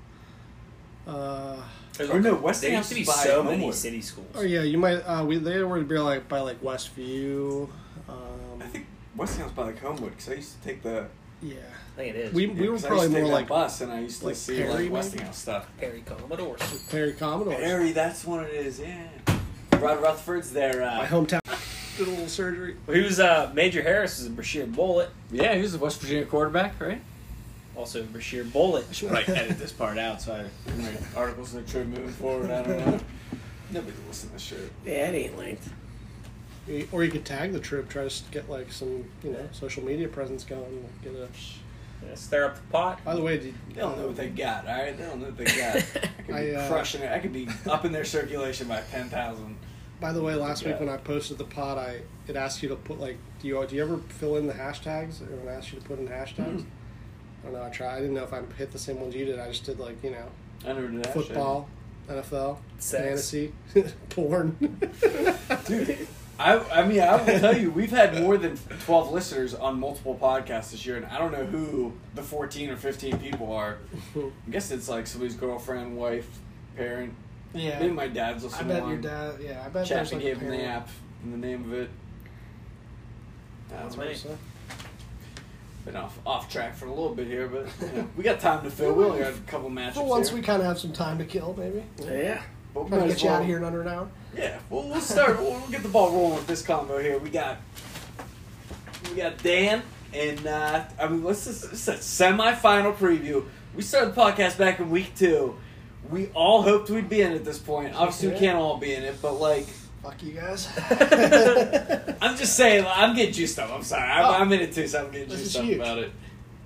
Speaker 2: Uh,
Speaker 4: There's
Speaker 1: Or no,
Speaker 4: there used
Speaker 1: Westinghouse
Speaker 4: to be
Speaker 1: is by
Speaker 4: so many
Speaker 1: Homewood.
Speaker 4: city schools.
Speaker 2: oh yeah, you might. Uh, we they were be like by like Westview. Um,
Speaker 1: I think Westinghouse by like Homewood because I used to take the
Speaker 2: yeah,
Speaker 4: I think it is.
Speaker 2: we we were probably more like
Speaker 1: bus, and I used
Speaker 2: to like see, Perry, like, maybe? Oh, Westinghouse
Speaker 1: stuff.
Speaker 4: Perry Commodore.
Speaker 2: Perry Commodore.
Speaker 1: Perry, that's what it is. Yeah, Rod Rutherford's there.
Speaker 2: my
Speaker 1: Uh,
Speaker 2: hometown. Did a little surgery.
Speaker 4: Who's uh, Major Harris is a Bashir Bullet,
Speaker 1: yeah, he was a West Virginia quarterback, right?
Speaker 4: also Bashir Bullet.
Speaker 1: Should like edit this part out so I my articles are true moving forward. I don't know. Nobody listen to this shit.
Speaker 3: Yeah, it ain't linked.
Speaker 2: You- Or you could tag the trip, try to s- get like some, you know, social media presence going. like, Get a.
Speaker 4: Yeah, stir up the pot.
Speaker 2: By the way, did,
Speaker 1: They don't know what they got. All right, they don't know what they got. I could be
Speaker 2: I, uh,
Speaker 1: crushing it. I could be up in their circulation by ten thousand.
Speaker 2: By the way, last
Speaker 1: Yeah.
Speaker 2: week when I posted the pod, I it asked you to put like, do you do you ever fill in the hashtags? Everyone asks you to put in hashtags.
Speaker 1: Mm-hmm.
Speaker 2: I don't know. I try. I didn't know if I hit the same ones you did. I just did like you know
Speaker 1: I never did that shit.
Speaker 2: football, NFL,
Speaker 4: Sex.
Speaker 2: fantasy, porn.
Speaker 1: Dude, I, I mean, I will tell you, we've had more than 12 listeners on multiple podcasts this year, and I don't know who the 14 or 15 people are. I guess it's like somebody's girlfriend, wife, parent.
Speaker 2: yeah.
Speaker 1: Maybe my dad's
Speaker 2: I
Speaker 1: listening.
Speaker 2: bet
Speaker 1: along.
Speaker 2: your dad. Yeah, I bet
Speaker 1: Chappie
Speaker 2: there's like
Speaker 1: gave
Speaker 2: a
Speaker 1: him the
Speaker 2: parent-
Speaker 1: app and the name of it.
Speaker 2: That's
Speaker 1: Um,
Speaker 2: what I said.
Speaker 1: been off off track for a little bit here, but you know, we got time to fill. We only got a couple matchups
Speaker 2: For once,
Speaker 1: here.
Speaker 2: we kind of have some time to kill, maybe.
Speaker 3: Yeah.
Speaker 1: But we
Speaker 2: Try to
Speaker 1: might
Speaker 2: get
Speaker 1: as
Speaker 2: you out
Speaker 1: well-
Speaker 2: of here in under an hour.
Speaker 1: Yeah, well, we'll start. we'll, we'll get the ball rolling with this combo here. We got we got Dan and uh, I mean, let's just this is a semi-final preview. We started the podcast back in week two. We all hoped we'd be in at this point. Obviously, we can't all be in it, but like,
Speaker 2: Fuck you guys.
Speaker 1: I'm just saying, like, I'm getting juiced up. I'm sorry, I'm,
Speaker 2: Oh.
Speaker 1: I'm in it too, so I'm getting
Speaker 2: This
Speaker 1: juiced
Speaker 2: is
Speaker 1: up
Speaker 2: huge.
Speaker 1: about it.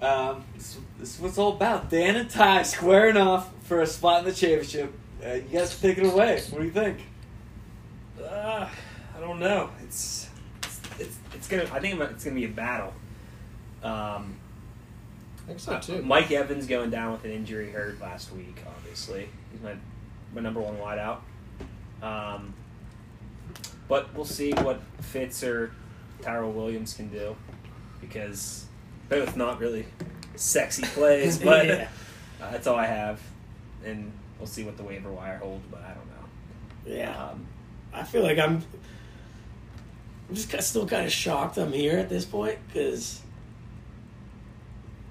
Speaker 1: Um, this, this is what it's all about. Dan and Ty squaring off for a spot in the championship. Uh, you guys take it away. What do you think?
Speaker 4: Uh, I don't know. It's it's it's, it's gonna. I think it's gonna be a battle. Um,
Speaker 2: I think so
Speaker 4: uh,
Speaker 2: too.
Speaker 4: Mike Evans going down with an injury hurt last week. Obviously, he's my my number one wideout. Um, but we'll see what Fitz or Tyrell Williams can do because both not really sexy plays. But
Speaker 3: Yeah.
Speaker 4: uh, that's all I have, and we'll see what the waiver wire holds. But I don't know.
Speaker 3: Yeah.
Speaker 4: Um,
Speaker 3: I feel like I'm. I'm just kinda, still kind of shocked I'm here at this point because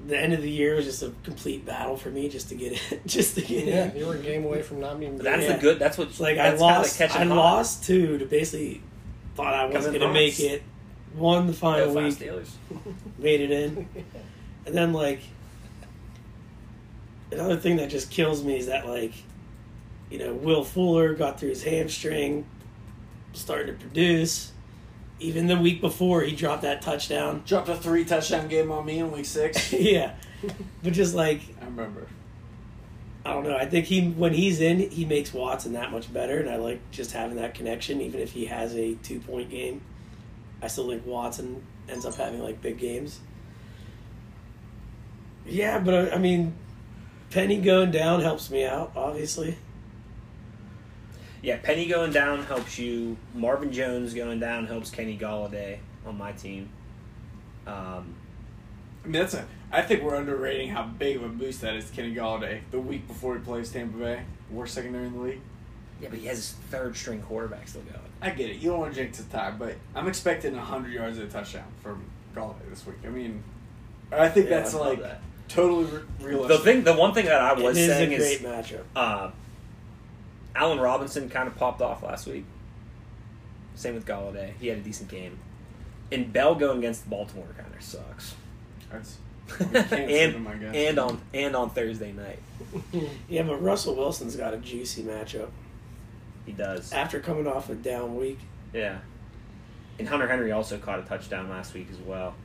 Speaker 3: the end of the year was just a complete battle for me just to get it, just to get
Speaker 2: Yeah,
Speaker 3: in.
Speaker 2: you were a game away from not being.
Speaker 4: but that's
Speaker 3: Yeah.
Speaker 4: the good. That's what.
Speaker 3: It's like
Speaker 4: that's
Speaker 3: I
Speaker 4: how they
Speaker 3: lost.
Speaker 4: catch 'em
Speaker 3: I
Speaker 4: hot.
Speaker 3: lost two to basically thought I wasn't
Speaker 4: Coming
Speaker 3: going to make
Speaker 4: last.
Speaker 3: it. Won the final
Speaker 4: Go Fast
Speaker 3: week,
Speaker 4: Steelers.
Speaker 3: made it in, and then like another thing that just kills me is that like you know Will Fuller got through his hamstring, started to produce. Even the week before, he dropped that touchdown.
Speaker 1: Dropped a three touchdown game on me in week six.
Speaker 3: yeah, but just like
Speaker 1: I remember.
Speaker 3: I don't know. I think he when he's in, he makes Watson that much better, and I like just having that connection. Even if he has a two point game, I still think Watson ends up having like big games. Yeah, but I, I mean, Penny going down helps me out, obviously.
Speaker 4: Yeah, Penny going down helps you. Marvin Jones going down helps Kenny Galladay on my team. Um,
Speaker 1: I mean, that's a. I think we're underrating how big of a boost that is to Kenny Galladay the week before he plays Tampa Bay, worst secondary in the league.
Speaker 4: yeah, but he has his third string quarterback still going.
Speaker 1: I get it. You don't want to jinx the tie, but I'm expecting 100 yards and a touchdown from Galladay this week. I mean, I think
Speaker 4: Yeah,
Speaker 1: that's
Speaker 4: I love
Speaker 1: like
Speaker 4: that.
Speaker 1: totally re-
Speaker 4: The
Speaker 1: realistic.
Speaker 4: thing, the one thing that I
Speaker 3: It
Speaker 4: was
Speaker 3: is a
Speaker 4: saying
Speaker 3: great
Speaker 4: is,
Speaker 3: matchup.
Speaker 4: uh, Allen Robinson kind of popped off last week. Same with Galladay. He had a decent game. And Bell going against Baltimore kind of sucks.
Speaker 1: That's- see them,
Speaker 4: and
Speaker 1: I guess.
Speaker 4: and on and on Thursday night
Speaker 3: Yeah, but Russell Wilson's got a juicy matchup
Speaker 4: he does.
Speaker 3: after coming off a down week.
Speaker 4: Yeah. And Hunter Henry also caught a touchdown last week as well.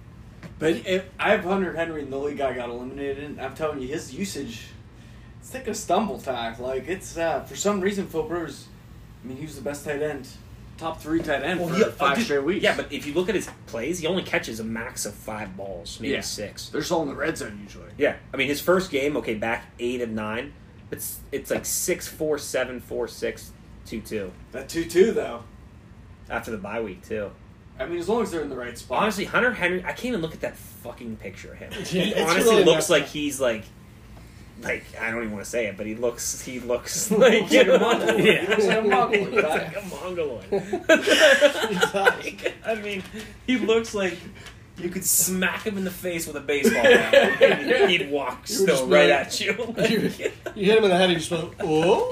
Speaker 1: but if I have Hunter Henry in the league, I got eliminated. And I'm telling you, his usage, it's taking a stumble tack. Like it's uh, for some reason, Phil Rivers. I mean, he was the best tight end, top three tight end for
Speaker 4: yeah,
Speaker 1: five
Speaker 4: dude,
Speaker 1: straight weeks.
Speaker 4: Yeah, but if you look at his plays, he only catches a max of five balls, maybe
Speaker 1: Yeah.
Speaker 4: six.
Speaker 1: They're still in the red zone usually.
Speaker 4: Yeah, I mean his first game, okay, back eight of nine. It's it's like six four seven four six two two
Speaker 1: That two two though.
Speaker 4: after the bye week too.
Speaker 1: I mean, as long as they're in the right spot.
Speaker 4: Honestly, Hunter Henry, I can't even look at that fucking picture of him. He
Speaker 2: It's
Speaker 4: honestly
Speaker 2: really
Speaker 4: looks
Speaker 2: messed
Speaker 4: like
Speaker 2: up.
Speaker 4: he's like. Like I don't even want to say it, but he looks he looks like
Speaker 1: Like a mongoloid.
Speaker 4: Yeah.
Speaker 1: He looks like a mongoloid.
Speaker 4: like a mongoloid. Like, I mean, he looks like you could smack him in the face with a baseball bat. and He'd walk
Speaker 2: You were
Speaker 4: still
Speaker 2: just
Speaker 4: right
Speaker 2: really-
Speaker 4: at you.
Speaker 2: you,
Speaker 4: Like,
Speaker 2: you hit him in the head. He just went, "Oh!"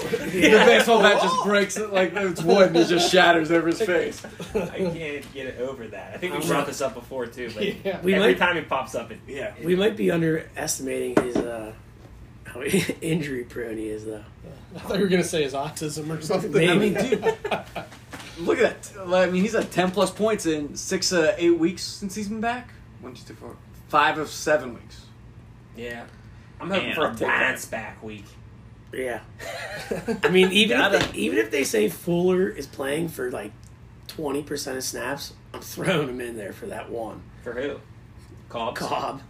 Speaker 1: The baseball bat just breaks it like it's wood and it just shatters over his face.
Speaker 4: I can't get over that. I think we
Speaker 3: I'm
Speaker 4: brought
Speaker 3: not-
Speaker 4: this up before too, but
Speaker 2: Yeah.
Speaker 3: We
Speaker 4: every
Speaker 3: might-
Speaker 4: time he pops up, it,
Speaker 1: Yeah.
Speaker 3: We might be underestimating his uh, how injury prone he is, though.
Speaker 2: I thought you were gonna say his autism or something.
Speaker 3: Maybe.
Speaker 1: I mean, dude, look at that. Like, I mean, he's at 10 plus points in six, uh, eight weeks since he's been back. One, two, three, four. Five of seven weeks.
Speaker 4: yeah. I'm hoping
Speaker 1: Man,
Speaker 4: for a
Speaker 1: I'll take that.
Speaker 4: bounce back week.
Speaker 3: Yeah. I mean, even
Speaker 4: Gotta-
Speaker 3: if they, even if they say Fuller is playing for like twenty percent of snaps, I'm throwing him in there for that one.
Speaker 4: For who? Cobb.
Speaker 3: Cobb.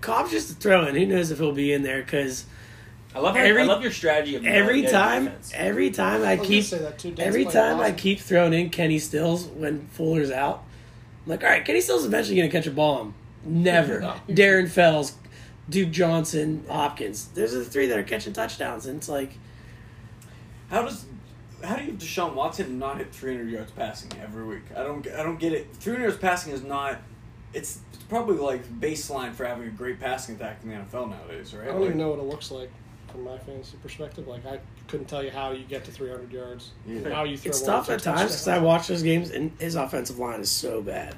Speaker 3: Cobb's just a throw in. Who knows if he'll be in there? Because
Speaker 5: I love how,
Speaker 3: Every-
Speaker 5: I love your strategy of
Speaker 3: every
Speaker 5: knowing
Speaker 3: time,
Speaker 5: defense.
Speaker 3: every time I
Speaker 2: I was
Speaker 3: keep
Speaker 2: gonna say that too. Dan's
Speaker 3: every
Speaker 2: playing
Speaker 3: time I
Speaker 2: awesome.
Speaker 3: keep throwing in Kenny Stills when Fuller's out, I'm like, all right, Kenny Stills eventually gonna catch a ball. on him." Never.
Speaker 2: No.
Speaker 3: Darren Fells, Duke Johnson, Hopkins. Those are the three that are catching touchdowns, and it's like
Speaker 1: How does how do you have Deshaun Watson not hit 300 yards passing every week? I don't I don't get it. 300 yards passing is not it's, it's probably like baseline for having a great passing attack in the NFL nowadays, right?
Speaker 2: I don't
Speaker 1: Like,
Speaker 2: even know what it looks like from my fantasy perspective. Like I couldn't tell you how you get to 300 yards.
Speaker 1: Yeah.
Speaker 2: How you throw
Speaker 3: it's
Speaker 2: one
Speaker 3: tough at
Speaker 2: touchdown.
Speaker 3: times because I watch those games, and his offensive line is so bad.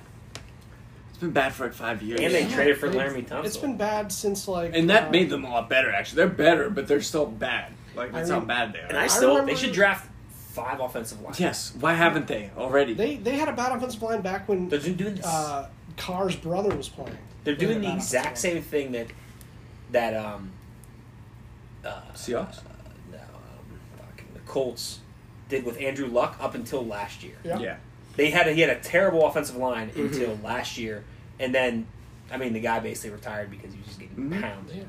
Speaker 1: It's been bad for like five years.
Speaker 5: and they
Speaker 2: Yeah,
Speaker 5: traded for
Speaker 2: it's-
Speaker 5: Laramie Tunsil.
Speaker 2: It's been bad since like.
Speaker 1: and that
Speaker 2: uh,
Speaker 1: made them a lot better. Actually, they're better, but they're still bad. Like that's
Speaker 2: I
Speaker 1: how
Speaker 2: mean-
Speaker 1: bad they
Speaker 3: And
Speaker 1: are.
Speaker 3: I
Speaker 2: I
Speaker 3: still
Speaker 2: remember-
Speaker 5: they should draft five offensive lines.
Speaker 1: yes, why haven't they already?
Speaker 2: They they had a bad offensive line back when
Speaker 5: They're just doing this.
Speaker 2: uh, Carr's brother was playing.
Speaker 5: they're
Speaker 2: They had
Speaker 5: doing
Speaker 2: a
Speaker 5: the
Speaker 2: bad
Speaker 5: exact
Speaker 2: offensive line.
Speaker 5: same thing that that um uh,
Speaker 1: Seahawks?
Speaker 5: no um, fucking the Colts did with Andrew Luck up until last year.
Speaker 2: Yeah.
Speaker 1: yeah.
Speaker 5: They had a, he had a terrible offensive line
Speaker 1: Mm-hmm.
Speaker 5: until last year, and then I mean the guy basically retired because he was just getting
Speaker 1: Mhm.
Speaker 5: pounded.
Speaker 2: Yeah.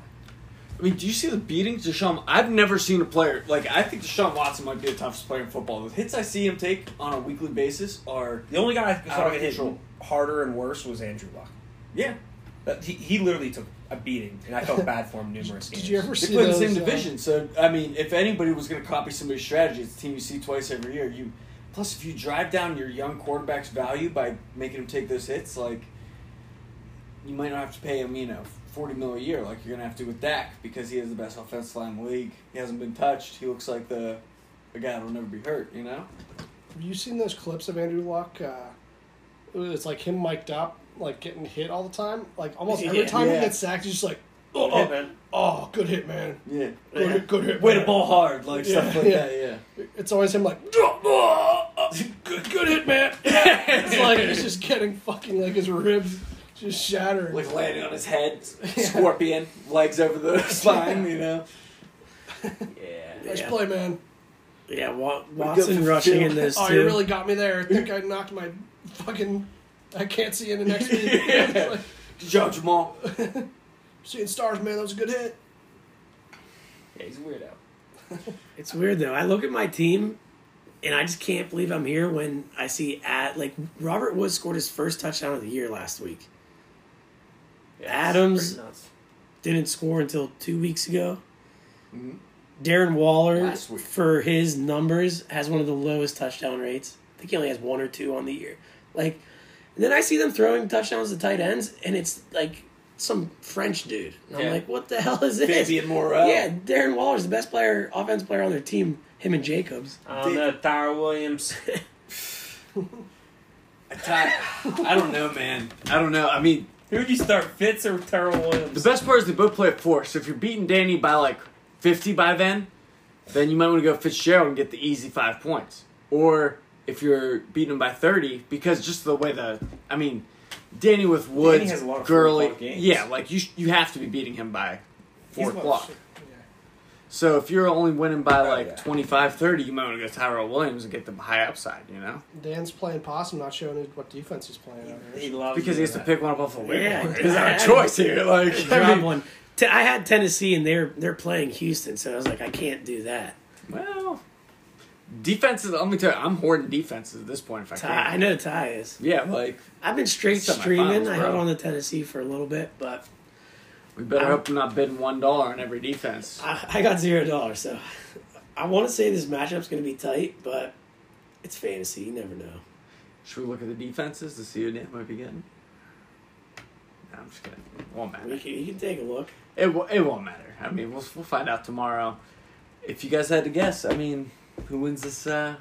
Speaker 1: I mean, do you see the beatings Deshaun? I've never seen a player like I think Deshaun Watson might be the toughest player in football. The hits I see him take on a weekly basis are
Speaker 5: The only guy I
Speaker 1: Out
Speaker 5: saw
Speaker 1: of
Speaker 5: get hit
Speaker 1: control.
Speaker 5: harder and worse was Andrew Luck.
Speaker 1: yeah.
Speaker 5: But he, he literally took a beating, and I felt bad for him numerous
Speaker 2: Did
Speaker 5: games.
Speaker 2: you ever
Speaker 1: They
Speaker 2: see
Speaker 1: play in the
Speaker 2: those?
Speaker 1: same
Speaker 2: uh,
Speaker 1: division, so I mean, if anybody was going to copy somebody's strategy, it's a team you see twice every year. You plus if you drive down your young quarterback's value by making him take those hits, like you might not have to pay him, you know, forty mil a year, like you're going to have to with Dak because he has the best offensive line in the league. He hasn't been touched. He looks like the a guy that'll never be hurt. You know.
Speaker 2: Have you seen those clips of Andrew Luck? Uh, it's like him mic'd up, like getting hit all the time. Like almost every
Speaker 3: Yeah.
Speaker 2: time he
Speaker 1: Yeah.
Speaker 2: gets sacked, he's just like, oh,
Speaker 5: Good
Speaker 2: oh,
Speaker 5: hit, man.
Speaker 2: oh, good hit, man.
Speaker 1: Yeah.
Speaker 2: Good hit, good hit.
Speaker 1: Way to
Speaker 2: man."
Speaker 1: ball hard, like stuff
Speaker 2: Yeah.
Speaker 1: like that. Yeah.
Speaker 2: It's always him like, good, good hit, man. it's like he's just getting fucking like his ribs just shattered.
Speaker 1: Like landing on his head, scorpion, legs over the spine. You know.
Speaker 5: Yeah.
Speaker 2: nice
Speaker 3: Yeah.
Speaker 2: play, man.
Speaker 3: Yeah, Wa-
Speaker 1: go
Speaker 3: Watson
Speaker 1: for
Speaker 3: rushing
Speaker 1: two.
Speaker 3: in this
Speaker 2: oh,
Speaker 3: too.
Speaker 2: you really got me there. I think I knocked my fucking. I can't see in the next week.
Speaker 1: Yeah.
Speaker 2: Like,
Speaker 1: Judge Jamal.
Speaker 2: Seeing stars, man. That was a good hit.
Speaker 5: yeah, he's a weirdo.
Speaker 3: It's weird though. I look at my team, and I just can't believe I'm here when I see at like Robert Woods scored his first touchdown of the year last week.
Speaker 5: Yeah, it's
Speaker 3: Adams-
Speaker 5: pretty nuts.
Speaker 3: Didn't score until two weeks ago. Darren Waller
Speaker 1: Mm-hmm. Last week.
Speaker 3: for his numbers has one of the lowest touchdown rates. I think he only has one or two on the year. Like, and then I see them throwing touchdowns to tight ends, and it's like some French dude. And I'm
Speaker 5: Yeah.
Speaker 3: like, what the hell is this?
Speaker 1: Fabian Morel.
Speaker 3: Yeah, Darren Waller's the best player, offense player on their team. Him and Jacobs.
Speaker 5: I don't know, Tyra Williams.
Speaker 1: I tie- I don't know, man. I don't know. I mean,
Speaker 5: Who would you start, Fitz or Tyra
Speaker 1: the
Speaker 5: Williams?
Speaker 1: best part is they both play at four. So if you're beating Danny by like 50 by then, then you might want to go Fitzgerald and get the easy five points. Or if you're beating him by 30, because just the way the, I mean, Danny with Woods,
Speaker 5: has a lot of four
Speaker 1: Gurley,
Speaker 5: o'clock games.
Speaker 1: yeah, like you sh- you have to be beating him by four
Speaker 2: He's
Speaker 1: o'clock.
Speaker 2: about to- yeah.
Speaker 1: So if you're only winning by like
Speaker 5: Oh, yeah.
Speaker 1: 25, 30, you might want to go Tyrell Williams and get the high upside, you know,
Speaker 2: Dan's playing possum, not showing it what defense he's playing. out
Speaker 5: He
Speaker 2: here.
Speaker 5: loves
Speaker 1: because he has to
Speaker 5: doing
Speaker 1: pick one up off the waiver.
Speaker 3: Yeah.
Speaker 1: wire. There's not a choice here. Like, I
Speaker 3: Drop
Speaker 1: mean-
Speaker 3: one. Te- I had Tennessee, and they're they're playing Houston, so I was like, I can't do that.
Speaker 1: Well, defenses. Let me tell you, I'm hoarding defenses at this point if I can.
Speaker 3: Ty, I know Ty is.
Speaker 1: Yeah, like
Speaker 3: I've been straight
Speaker 1: Semifinals,
Speaker 3: streaming. I
Speaker 1: bro.
Speaker 3: held on to Tennessee for a little bit, but
Speaker 1: we better
Speaker 3: I'm-
Speaker 1: hope I'm not bidding one dollar on every defense.
Speaker 3: I, I got zero dollars. So I want to say this matchup's going to be tight, but it's fantasy. You never know.
Speaker 1: Should we look at the defenses to see who Dan might be getting? No, I'm just kidding. It won't
Speaker 3: We
Speaker 1: matter.
Speaker 3: can, you can take a look.
Speaker 1: It w- it won't matter. I mean, we'll we'll find out tomorrow. If you guys had to guess, I mean, who wins this? uh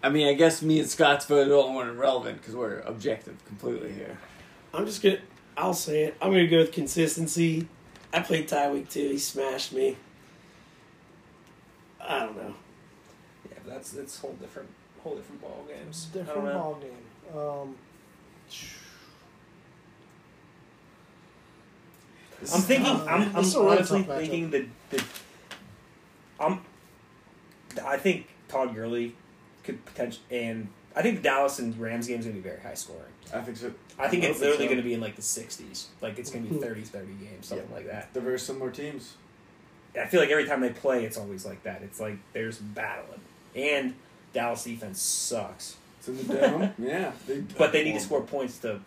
Speaker 1: I mean, I guess me and Scott's vote all weren't relevant because we're objective completely here.
Speaker 3: I'm just gonna. I'll say it. I'm gonna go with consistency. I played Ty week two. He smashed me. I don't know.
Speaker 5: that. Yeah, but that's it's whole different, whole different ball
Speaker 2: It's
Speaker 5: games.
Speaker 2: a
Speaker 5: I don't
Speaker 2: different
Speaker 5: know.
Speaker 2: ball game. Um,
Speaker 5: I'm thinking.
Speaker 2: tough, man.
Speaker 5: I'm, I'm
Speaker 2: This is a really
Speaker 5: honestly
Speaker 2: tough matchup.
Speaker 5: thinking that the. I'm. I think Todd Gurley could potentially, and
Speaker 4: I think the Dallas and Rams game's gonna be very high scoring.
Speaker 1: I think so.
Speaker 4: I think it's
Speaker 1: hope
Speaker 4: literally
Speaker 1: so.
Speaker 4: gonna be in like the 60s. Like it's
Speaker 2: Mm-hmm.
Speaker 4: gonna be 30-30 games, something
Speaker 1: Yeah.
Speaker 4: like that.
Speaker 1: They're very similar teams.
Speaker 4: I feel like every time they play, it's always like that. It's like there's battling, and Dallas defense sucks,
Speaker 1: It's in the dome. yeah. They,
Speaker 4: but they need to score points to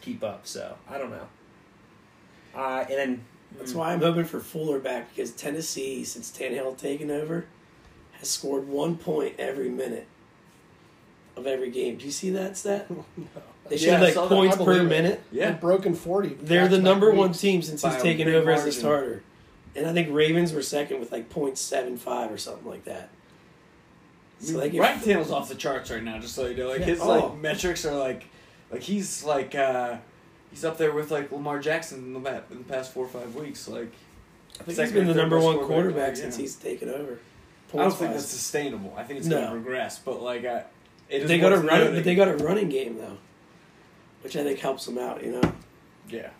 Speaker 4: keep up. So I don't know. Uh, and then
Speaker 3: That's
Speaker 1: Mm.
Speaker 3: why I'm hoping for Fuller back because Tennessee, since Tannehill taken over, has scored one point every minute of every game. Do you see that stat?
Speaker 1: Yeah,
Speaker 3: They should
Speaker 1: I
Speaker 3: like
Speaker 1: saw that.
Speaker 3: points
Speaker 2: I
Speaker 3: per
Speaker 2: believe it.
Speaker 3: minute.
Speaker 1: Yeah.
Speaker 2: They've broken 40.
Speaker 3: They're
Speaker 2: back
Speaker 3: the
Speaker 2: to
Speaker 3: number
Speaker 2: back
Speaker 3: one
Speaker 2: weeks.
Speaker 3: team since
Speaker 1: by
Speaker 3: he's
Speaker 1: a
Speaker 3: taken
Speaker 1: big
Speaker 3: over as
Speaker 1: margin.
Speaker 3: the starter. And I think Ravens were second with like .75 or something like that.
Speaker 1: I mean,
Speaker 3: So like if-
Speaker 1: Ryan Tannehill's off the charts right now. Just so you know, like
Speaker 3: Yeah.
Speaker 1: his
Speaker 3: Oh.
Speaker 1: like metrics are like, like he's like uh, he's up there with like Lamar Jackson in the, ma- in the past four or five weeks. Like
Speaker 3: I think he's
Speaker 1: second
Speaker 3: been
Speaker 1: or
Speaker 3: the
Speaker 1: third
Speaker 3: number
Speaker 1: best
Speaker 3: one
Speaker 1: quarterback,
Speaker 3: quarterback
Speaker 1: yeah.
Speaker 3: since he's taken over.
Speaker 1: I don't
Speaker 3: Points
Speaker 1: think
Speaker 3: wise.
Speaker 1: that's sustainable. I think it's
Speaker 3: No.
Speaker 1: gonna regress, but like I, it is
Speaker 3: they
Speaker 1: what
Speaker 3: got a
Speaker 1: it's
Speaker 3: running,
Speaker 1: noting.
Speaker 3: but they got a running game though, which I think helps them out. You know,
Speaker 1: Yeah.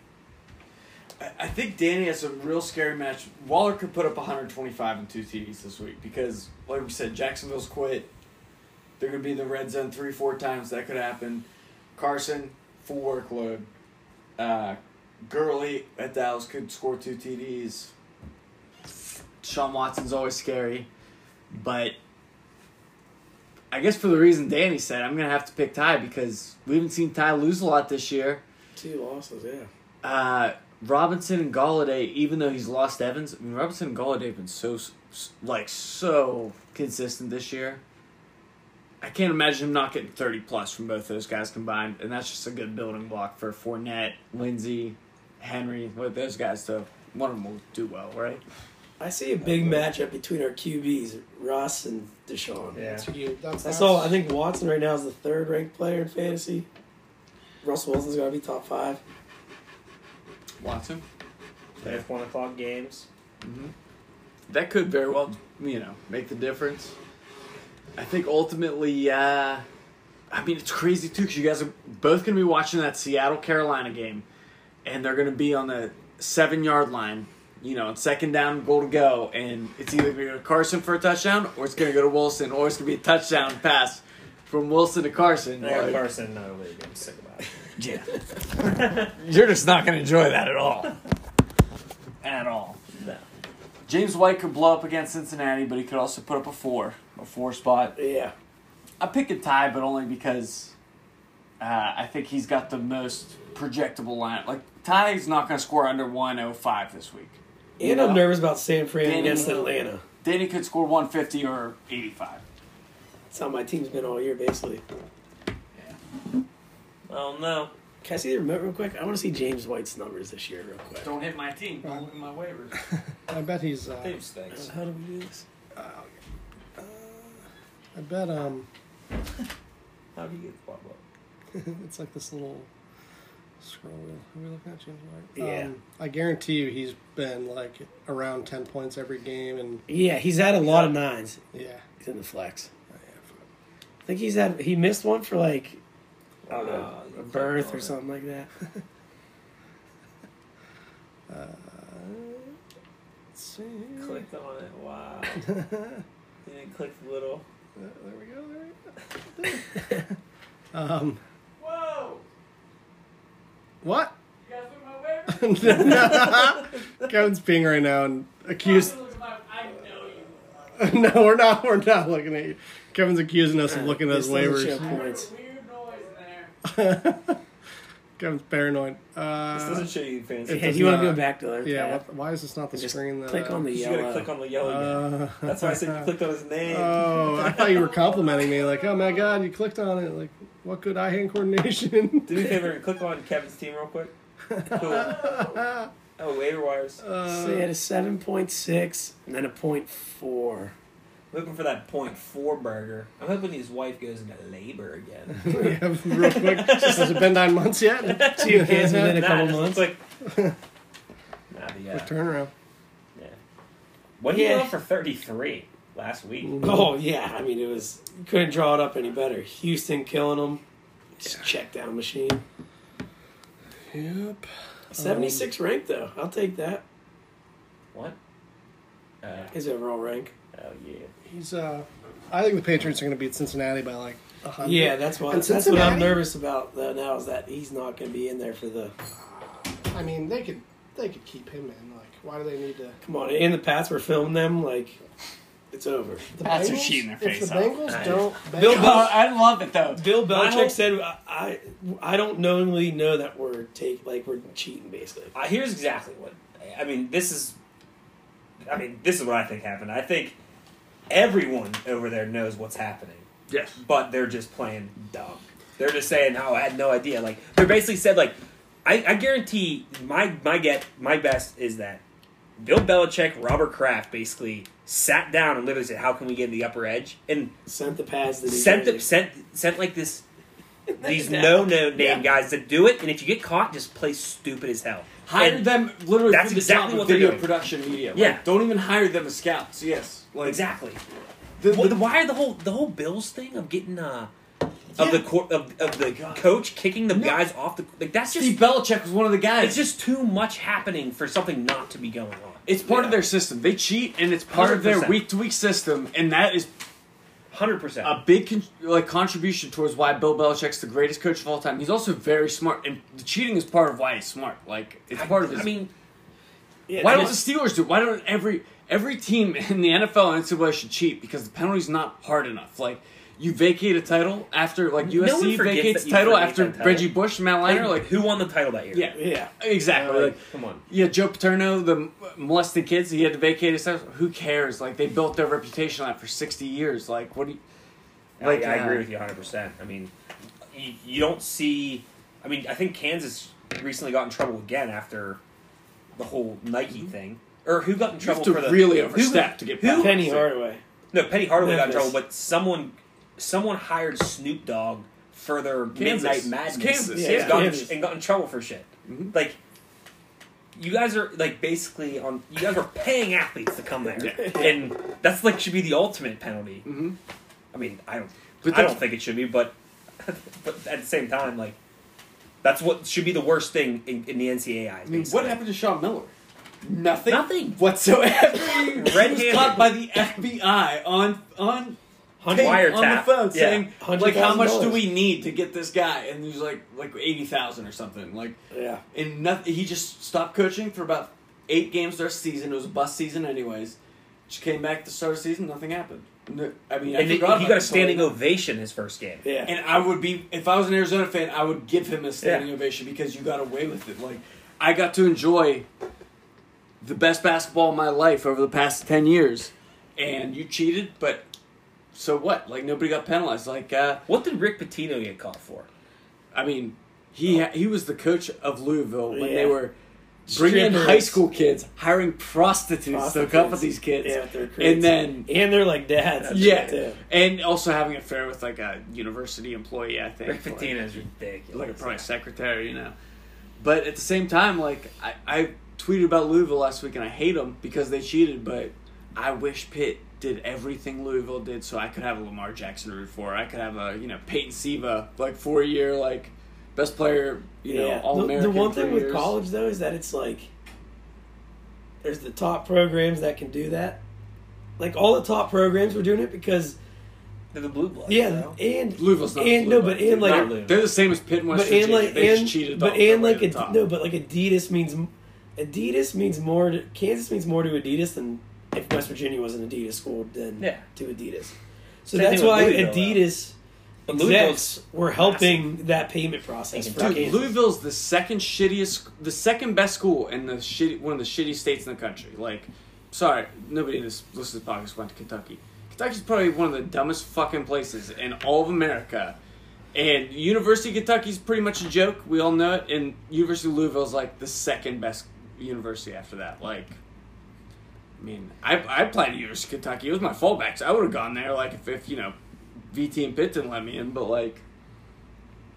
Speaker 1: I, I think Danny has a real scary match. Waller could put up 125 and two TDs this week because, like we said, Jacksonville's quit. They're going to be in the red zone three, four times. That could happen. Carson, full workload. Uh, Gurley at Dallas could score two TDs. Sean Watson's always scary, but I guess for the reason Danny said, I'm going to have to pick Ty because we haven't seen Ty lose a lot this year
Speaker 3: two losses. Yeah,
Speaker 1: uh, Robinson and Galladay, even though he's lost Evans, I mean, Robinson and Galladay have been so s- s- like so consistent this year. I can't imagine him not getting thirty plus from both those guys combined, and that's just a good building block for Fournette, Lindsey, Henry, with those guys. So one of them will do well, right?
Speaker 3: I see a big matchup between our QBs, Russ and Deshaun.
Speaker 4: yeah,
Speaker 2: That's huge. That's,
Speaker 3: I
Speaker 2: that's
Speaker 3: saw. I think Watson right now is the third ranked player in fantasy. Russell Wilson's gonna be top five.
Speaker 1: Watson,
Speaker 4: they have one o'clock games.
Speaker 1: that could very well, you know, make the difference. I think ultimately, uh, I mean, it's crazy too because you guys are both going to be watching that Seattle Carolina game, and they're going to be on the seven yard line, you know, on second down, goal to go, and it's either going to go to Carson for a touchdown, or it's going to go to Wilson, or it's going to be a touchdown pass from Wilson to Carson.
Speaker 4: And I got
Speaker 1: Like,
Speaker 4: Carson not really game. Sick about it.
Speaker 1: yeah. You're just not going to enjoy that at all. At all.
Speaker 4: No.
Speaker 1: James White could blow up against Cincinnati, but he could also put up a four, a four spot.
Speaker 3: Yeah,
Speaker 1: I picked a tie, but only because uh, I think he's got the most projectable line. Like Ty's not going to score under one oh five this week.
Speaker 3: and
Speaker 1: You know?
Speaker 3: I'm nervous about San Fran
Speaker 1: Danny-
Speaker 3: against Atlanta.
Speaker 1: Danny could score one fifty or eighty five.
Speaker 3: That's how my team's been all year, basically.
Speaker 4: Oh no.
Speaker 3: Can I see the remote real quick? I want to see James White's numbers this year, real quick.
Speaker 1: Don't hit my team. Don't hit my waivers.
Speaker 2: I bet he's. Uh,
Speaker 4: Dave stinks.
Speaker 3: How do we do this?
Speaker 2: I bet um,
Speaker 4: How do you get the pop up?
Speaker 2: it's like this little scroll wheel. Are we looking at James White?
Speaker 3: Yeah.
Speaker 2: Um, I guarantee you, he's been like around ten points every game, and
Speaker 3: Yeah, he's had a lot of nines.
Speaker 2: yeah.
Speaker 3: He's in the flex. I think he's had he missed one for like I don't know
Speaker 4: Oh,
Speaker 3: a
Speaker 4: you
Speaker 3: birth
Speaker 4: clicked on
Speaker 3: or
Speaker 4: it.
Speaker 3: something like that.
Speaker 2: Let's see.
Speaker 4: Clicked on it. Wow. you didn't click the little.
Speaker 2: There there we go. There we go. um,
Speaker 4: Whoa!
Speaker 2: what?
Speaker 1: You guys look at my waivers.
Speaker 2: Kevin's being right now and accused.
Speaker 1: Look at my- I know you.
Speaker 2: no, we're not. We're not looking at you. Kevin's accusing us of looking at his
Speaker 3: This doesn't show
Speaker 2: waivers.
Speaker 3: points.
Speaker 1: Weird noise in there.
Speaker 2: Kevin's paranoid.
Speaker 4: This
Speaker 2: Uh,
Speaker 4: doesn't show you fantasy.
Speaker 2: it
Speaker 3: Hey,
Speaker 2: does
Speaker 3: do you want to
Speaker 2: not-
Speaker 3: go back to the other
Speaker 2: yeah.
Speaker 3: tab?
Speaker 2: What, why is this not the
Speaker 3: Just
Speaker 2: screen? That,
Speaker 3: click on the
Speaker 4: You gotta
Speaker 3: yellow.
Speaker 4: click on the yellow. again.
Speaker 2: Uh,
Speaker 4: That's why I said you clicked on his name.
Speaker 2: oh, I thought you were complimenting me. Like, oh my god, you clicked on it. Like, what good eye hand coordination?
Speaker 4: Do me a favor and click on Kevin's team real quick. Cool.
Speaker 2: uh,
Speaker 4: Oh, waiver wires.
Speaker 3: so he had a seven point six and then a point four.
Speaker 4: Looking for that point four burger. I'm hoping his wife goes into labor again.
Speaker 2: yeah, real quick. Has it been nine months yet?
Speaker 3: Two kids within a
Speaker 4: Nah,
Speaker 3: couple
Speaker 4: just
Speaker 3: months.
Speaker 4: Click. nah, but yeah.
Speaker 2: Turnaround.
Speaker 4: yeah. What did he
Speaker 3: Yeah.
Speaker 4: go for 33 last week?
Speaker 3: Oh yeah, I mean it was you couldn't draw it up any better. Houston killing them. Just check down machine.
Speaker 2: Yep.
Speaker 3: Seventy six ranked though. I'll take that.
Speaker 4: What? Uh,
Speaker 3: His overall rank.
Speaker 4: oh yeah.
Speaker 2: He's uh I think the Patriots are gonna beat Cincinnati by like 100.
Speaker 3: Yeah, that's why.
Speaker 2: And
Speaker 3: That's what I'm
Speaker 2: Cincinnati-
Speaker 3: nervous about though. Now is that he's not going to be in there for the
Speaker 2: I mean, they could they could keep him in. Like, why do they need to?
Speaker 3: come on. And the Pats were filming them like it's over.
Speaker 2: The
Speaker 7: Pats are
Speaker 2: Bengals-
Speaker 7: cheating their
Speaker 2: If
Speaker 7: face
Speaker 2: the
Speaker 7: off.
Speaker 2: Bengals
Speaker 4: I-
Speaker 2: don't,
Speaker 3: Bill
Speaker 2: Bengals-
Speaker 3: Bel-
Speaker 7: I love it though.
Speaker 3: Bill
Speaker 7: I
Speaker 3: Belichick
Speaker 7: hope-
Speaker 3: said, "I I I don't knowingly know that we're take like we're cheating basically."
Speaker 4: Uh, here's exactly what I mean. This is, I mean, this is what I think happened. I think everyone over there knows what's happening,
Speaker 1: Yes.
Speaker 4: but they're just playing dumb. They're just saying, "Oh, I had no idea." Like they basically said, like, I, I guarantee my my get my best is that Bill Belichick, Robert Kraft, basically sat down and literally said, "How can we get the upper edge?" and
Speaker 3: Sent the pads to New
Speaker 4: sent
Speaker 3: Jersey.
Speaker 4: the, sent sent like this these
Speaker 3: Yeah.
Speaker 4: no no name
Speaker 7: Yeah.
Speaker 4: guys to do it, and if you get caught, just play stupid as hell.
Speaker 1: Hire
Speaker 4: And-
Speaker 1: them literally
Speaker 4: that's
Speaker 1: for the
Speaker 4: exactly
Speaker 1: job of
Speaker 4: what they're
Speaker 1: video
Speaker 4: doing.
Speaker 1: production media. Like,
Speaker 4: Yeah.
Speaker 1: don't even hire them as scouts. Yes. Like
Speaker 4: Exactly.
Speaker 1: The,
Speaker 4: Well,
Speaker 1: the-
Speaker 4: why are the whole the whole Bills thing of getting uh
Speaker 1: Yeah.
Speaker 4: of the court of, of the coach kicking the
Speaker 1: No.
Speaker 4: guys off the like that's just
Speaker 1: Steve Belichick was one of the guys.
Speaker 4: it's just too much happening for something not to be going on.
Speaker 1: It's part of their system. They cheat, and it's part of their
Speaker 4: 100%.
Speaker 1: week to week system, and that is
Speaker 4: Hundred percent.
Speaker 1: a big con- like contribution towards why Bill Belichick's the greatest coach of all time. He's also very smart, and the cheating is part of why he's smart. Like it's part of his.
Speaker 4: I mean,
Speaker 3: Yeah,
Speaker 1: why
Speaker 3: and
Speaker 1: don't the Steelers do? it? Why don't every every team in the NFL and NCAA should cheat because the penalty's not hard enough. Like you vacate a title after like
Speaker 4: No one
Speaker 1: USC
Speaker 4: forgets
Speaker 1: vacates
Speaker 4: that
Speaker 1: the
Speaker 4: you
Speaker 1: title
Speaker 4: forgave
Speaker 1: after
Speaker 4: that title.
Speaker 1: Reggie Bush, Matt
Speaker 4: like,
Speaker 1: Liner, like
Speaker 4: who won the title that year?
Speaker 1: yeah.
Speaker 3: Yeah.
Speaker 1: Exactly.
Speaker 4: Like,
Speaker 1: like,
Speaker 4: come on.
Speaker 1: yeah, Joe Paterno, the molested kids, he had to vacate his house. Who cares? Like they built their reputation on it for sixty years. Like what do you?
Speaker 4: Like, I
Speaker 1: uh,
Speaker 4: agree with you 100%. I mean, you, you don't see. I mean, I think Kansas recently got in trouble again after the whole Nike thing. Or who got in
Speaker 1: Mm-hmm. You have
Speaker 4: trouble
Speaker 1: to
Speaker 4: for the
Speaker 1: really
Speaker 4: who-
Speaker 1: overstep to get
Speaker 4: who-
Speaker 1: back.
Speaker 3: Penny Hardaway.
Speaker 4: No, Penny Hardaway got in
Speaker 3: Memphis.
Speaker 4: trouble, but someone someone hired Snoop Dogg for their
Speaker 1: Kansas.
Speaker 4: Midnight
Speaker 1: It's
Speaker 4: Madness.
Speaker 1: Kansas,
Speaker 4: and
Speaker 3: yeah.
Speaker 4: got in-
Speaker 3: Kansas.
Speaker 4: and got in trouble for shit.
Speaker 1: Mhm.
Speaker 4: Like you guys are like basically on. You guys are paying athletes to come there,
Speaker 1: Yeah.
Speaker 4: and that's like should be the ultimate penalty.
Speaker 1: Mhm.
Speaker 4: I mean, I don't.
Speaker 1: But
Speaker 4: I
Speaker 1: that's-
Speaker 4: don't think it should be, but but at the same time, like that's what should be the worst thing in, in the NCAA.
Speaker 1: I mean,
Speaker 4: basically.
Speaker 1: what happened to Sean Miller? Nothing.
Speaker 4: Nothing.
Speaker 1: whatsoever. He
Speaker 4: Red-handed.
Speaker 1: was caught by the FBI on on
Speaker 4: Hundred-
Speaker 1: tape, on the
Speaker 4: wiretap.
Speaker 1: phone
Speaker 4: Yeah.
Speaker 1: saying like how much do
Speaker 3: $100,000.
Speaker 1: we need to get this guy? And he's like like eighty thousand or something. Like
Speaker 3: Yeah.
Speaker 1: and nothing. He just stopped coaching for about eight games the rest of the season. It was a bust season, anyways. Just came back at the start of the season. Nothing happened. No, I mean, I
Speaker 4: And he he
Speaker 1: forgot about
Speaker 4: got a
Speaker 1: it.
Speaker 4: standing ovation his first game.
Speaker 3: Yeah.
Speaker 1: And I would be if I was an Arizona fan, I would give him a standing ovation because you got away with it. Like I got to enjoy the best basketball of my life over the past ten years, and you cheated, but so what? Like nobody got penalized. Like uh,
Speaker 4: What did Rick Pitino get called for?
Speaker 1: I mean, he he was the coach of Louisville when
Speaker 3: Yeah.
Speaker 1: they were bringing in
Speaker 3: Strippers.
Speaker 1: high school kids, hiring prostitutes, to hook up
Speaker 3: Prostitutes.
Speaker 1: with these kids,
Speaker 3: Yeah, with their
Speaker 1: and
Speaker 3: creeds.
Speaker 1: then
Speaker 3: and they're like dads. and shit,
Speaker 1: yeah,
Speaker 3: too.
Speaker 1: and also having an affair with like a university employee. I think
Speaker 4: Rick
Speaker 1: Like-
Speaker 4: Pitino is ridiculous.
Speaker 1: like a private secretary, you know. But at the same time, like I, I tweeted about Louisville last week, and I hate them because they cheated. But I wish Pitt did everything Louisville did, so I could have a Lamar Jackson to root for. I could have a you know Peyton Siva, like four year like best player, you know,
Speaker 3: yeah.
Speaker 1: all
Speaker 3: the,
Speaker 1: American.
Speaker 3: the one thing with college though is that it's like there's the top programs that can do that. Like all the top programs were doing it because
Speaker 4: They're the blue blood.
Speaker 3: yeah, and
Speaker 1: Louisville's not
Speaker 3: and
Speaker 1: blue
Speaker 3: no, but
Speaker 1: blood.
Speaker 3: and like
Speaker 4: Not Louisville.
Speaker 1: they're the same as Pitt and West
Speaker 3: but and
Speaker 1: Virginia.
Speaker 3: like
Speaker 1: they
Speaker 3: and
Speaker 1: cheated,
Speaker 3: but
Speaker 1: all the
Speaker 3: and
Speaker 1: way
Speaker 3: like
Speaker 1: to
Speaker 3: Ad-
Speaker 1: the top.
Speaker 3: no, but like Adidas means Adidas means more. To, Kansas means more to Adidas than if West Virginia was an Adidas school than
Speaker 4: Yeah.
Speaker 3: to Adidas. So
Speaker 4: Same
Speaker 3: that's
Speaker 4: thing with
Speaker 3: why
Speaker 4: Louisville, though.
Speaker 3: Adidas
Speaker 4: But
Speaker 3: execs
Speaker 4: Louisville's
Speaker 3: were helping that payment process
Speaker 4: They
Speaker 3: for
Speaker 4: can
Speaker 1: Dude,
Speaker 3: Kansas.
Speaker 1: Louisville's the second shittiest, the second best school in the shitty, one of the shitty states in the country. Like, sorry, nobody in this listens to the podcast went to Kentucky. Kentucky's probably one of the dumbest fucking places in all of America. And University of Kentucky's pretty much a joke. We all know it. And University of Louisville's like the second best university after that. Like, I mean, I, I applied to University of Kentucky. It was my fallback, so I would have gone there. Like, if, if you know, VT and Pitt didn't let me in, but like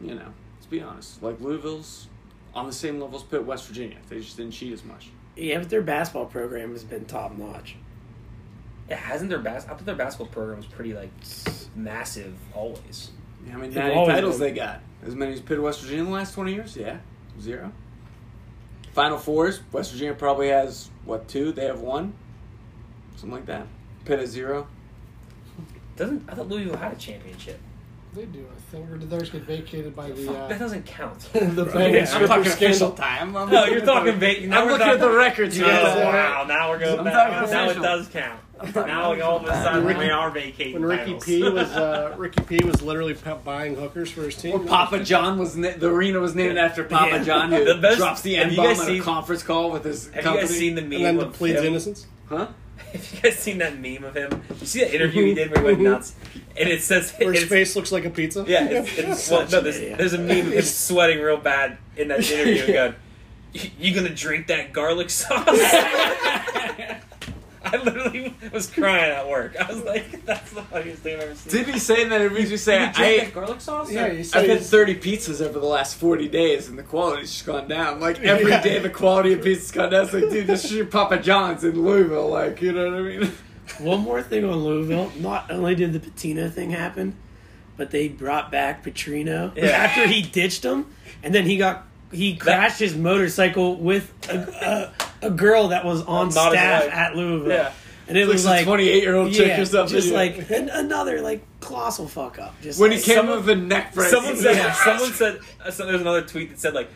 Speaker 1: you know, let's be honest. Like Louisville's on the same level as Pitt, West Virginia. They just didn't cheat as much.
Speaker 3: Yeah, but their basketball program has been top notch.
Speaker 4: Yeah, hasn't their bas- I thought their basketball program was pretty like s- massive always.
Speaker 1: Yeah, I mean,
Speaker 3: They've
Speaker 1: how many
Speaker 3: always
Speaker 1: titles
Speaker 3: been.
Speaker 1: they got? As many as Pitt, and West Virginia in the last twenty years? Yeah, zero. Final fours. West Virginia probably has what two? They have one, something like that. Pitt has zero.
Speaker 4: Doesn't I thought Louisville had a championship?
Speaker 2: They do, I think. Or did theirs get vacated by the
Speaker 4: Fuck, that
Speaker 2: uh,
Speaker 4: doesn't count.
Speaker 2: the bang
Speaker 3: Yeah, I'm
Speaker 1: I'm
Speaker 2: stripper
Speaker 1: talking official
Speaker 2: scandal?
Speaker 1: time. I'm
Speaker 4: No,
Speaker 1: looking
Speaker 4: you're
Speaker 1: at
Speaker 4: talking
Speaker 1: the-
Speaker 4: vague.
Speaker 1: I'm looking at the records.
Speaker 4: Oh,
Speaker 1: now.
Speaker 2: Yeah.
Speaker 4: wow, now we're going
Speaker 1: I'm
Speaker 4: back.
Speaker 1: talking
Speaker 4: Now it
Speaker 1: official.
Speaker 4: does count.
Speaker 1: talking
Speaker 4: Now we all of a sudden
Speaker 2: Ricky-
Speaker 4: we are vacating
Speaker 2: When Ricky
Speaker 4: titles.
Speaker 2: P was uh, Ricky P was literally pe- buying hookers for his team.
Speaker 1: Or Papa John was na- the arena was named after Papa
Speaker 4: Yeah.
Speaker 1: John, who
Speaker 4: The best-
Speaker 1: drops the
Speaker 4: have
Speaker 1: N
Speaker 4: you
Speaker 1: bomb on
Speaker 4: guys
Speaker 1: a
Speaker 4: seen-
Speaker 1: conference call with his
Speaker 4: Have
Speaker 1: company.
Speaker 4: you guys seen the meme?
Speaker 2: and then
Speaker 4: of
Speaker 2: depletes
Speaker 4: him?
Speaker 2: innocence.
Speaker 1: Huh?
Speaker 4: Have you guys seen that meme of him? You see that interview he did where he went nuts, and it says
Speaker 2: Where his
Speaker 4: it's-
Speaker 2: face looks like a pizza.
Speaker 4: Yeah, it's, it's, well, no, there's, there's a meme of him sweating real bad in that interview. and Going, "You- you gonna drink that garlic sauce? I literally was crying at work. I was like, that's the funniest thing I've ever seen.
Speaker 1: Did he say in that interview? Did you say
Speaker 4: you drink
Speaker 1: I?
Speaker 4: that garlic sauce?
Speaker 2: Yeah, you said
Speaker 1: I've had
Speaker 2: he's-
Speaker 1: 30 pizzas over the last 40 days, and the quality's just gone down. Like, every day
Speaker 2: Yeah.
Speaker 1: the quality of pizza's gone down. It's like, dude, this is your Papa John's in Louisville. Like, you know what I mean?
Speaker 3: One more thing on Louisville. Not only did the Patino thing happen, but they brought back Petrino
Speaker 4: Yeah.
Speaker 3: after he ditched him, and then he got he crashed his motorcycle with a, a, a girl that was on
Speaker 4: Not his
Speaker 3: staff
Speaker 4: wife.
Speaker 3: at Louisville,
Speaker 4: Yeah.
Speaker 3: and it
Speaker 1: Like
Speaker 3: was
Speaker 1: some
Speaker 3: like
Speaker 1: 28 year old chick
Speaker 3: yeah,
Speaker 1: or something.
Speaker 3: just
Speaker 1: Yeah.
Speaker 3: like an, another like colossal fuck up. Just
Speaker 1: when he
Speaker 3: like,
Speaker 1: came
Speaker 4: someone-
Speaker 1: up with a neck brace.
Speaker 4: Someone said.
Speaker 3: Yeah.
Speaker 4: Someone said. Uh, so there's another tweet that said like,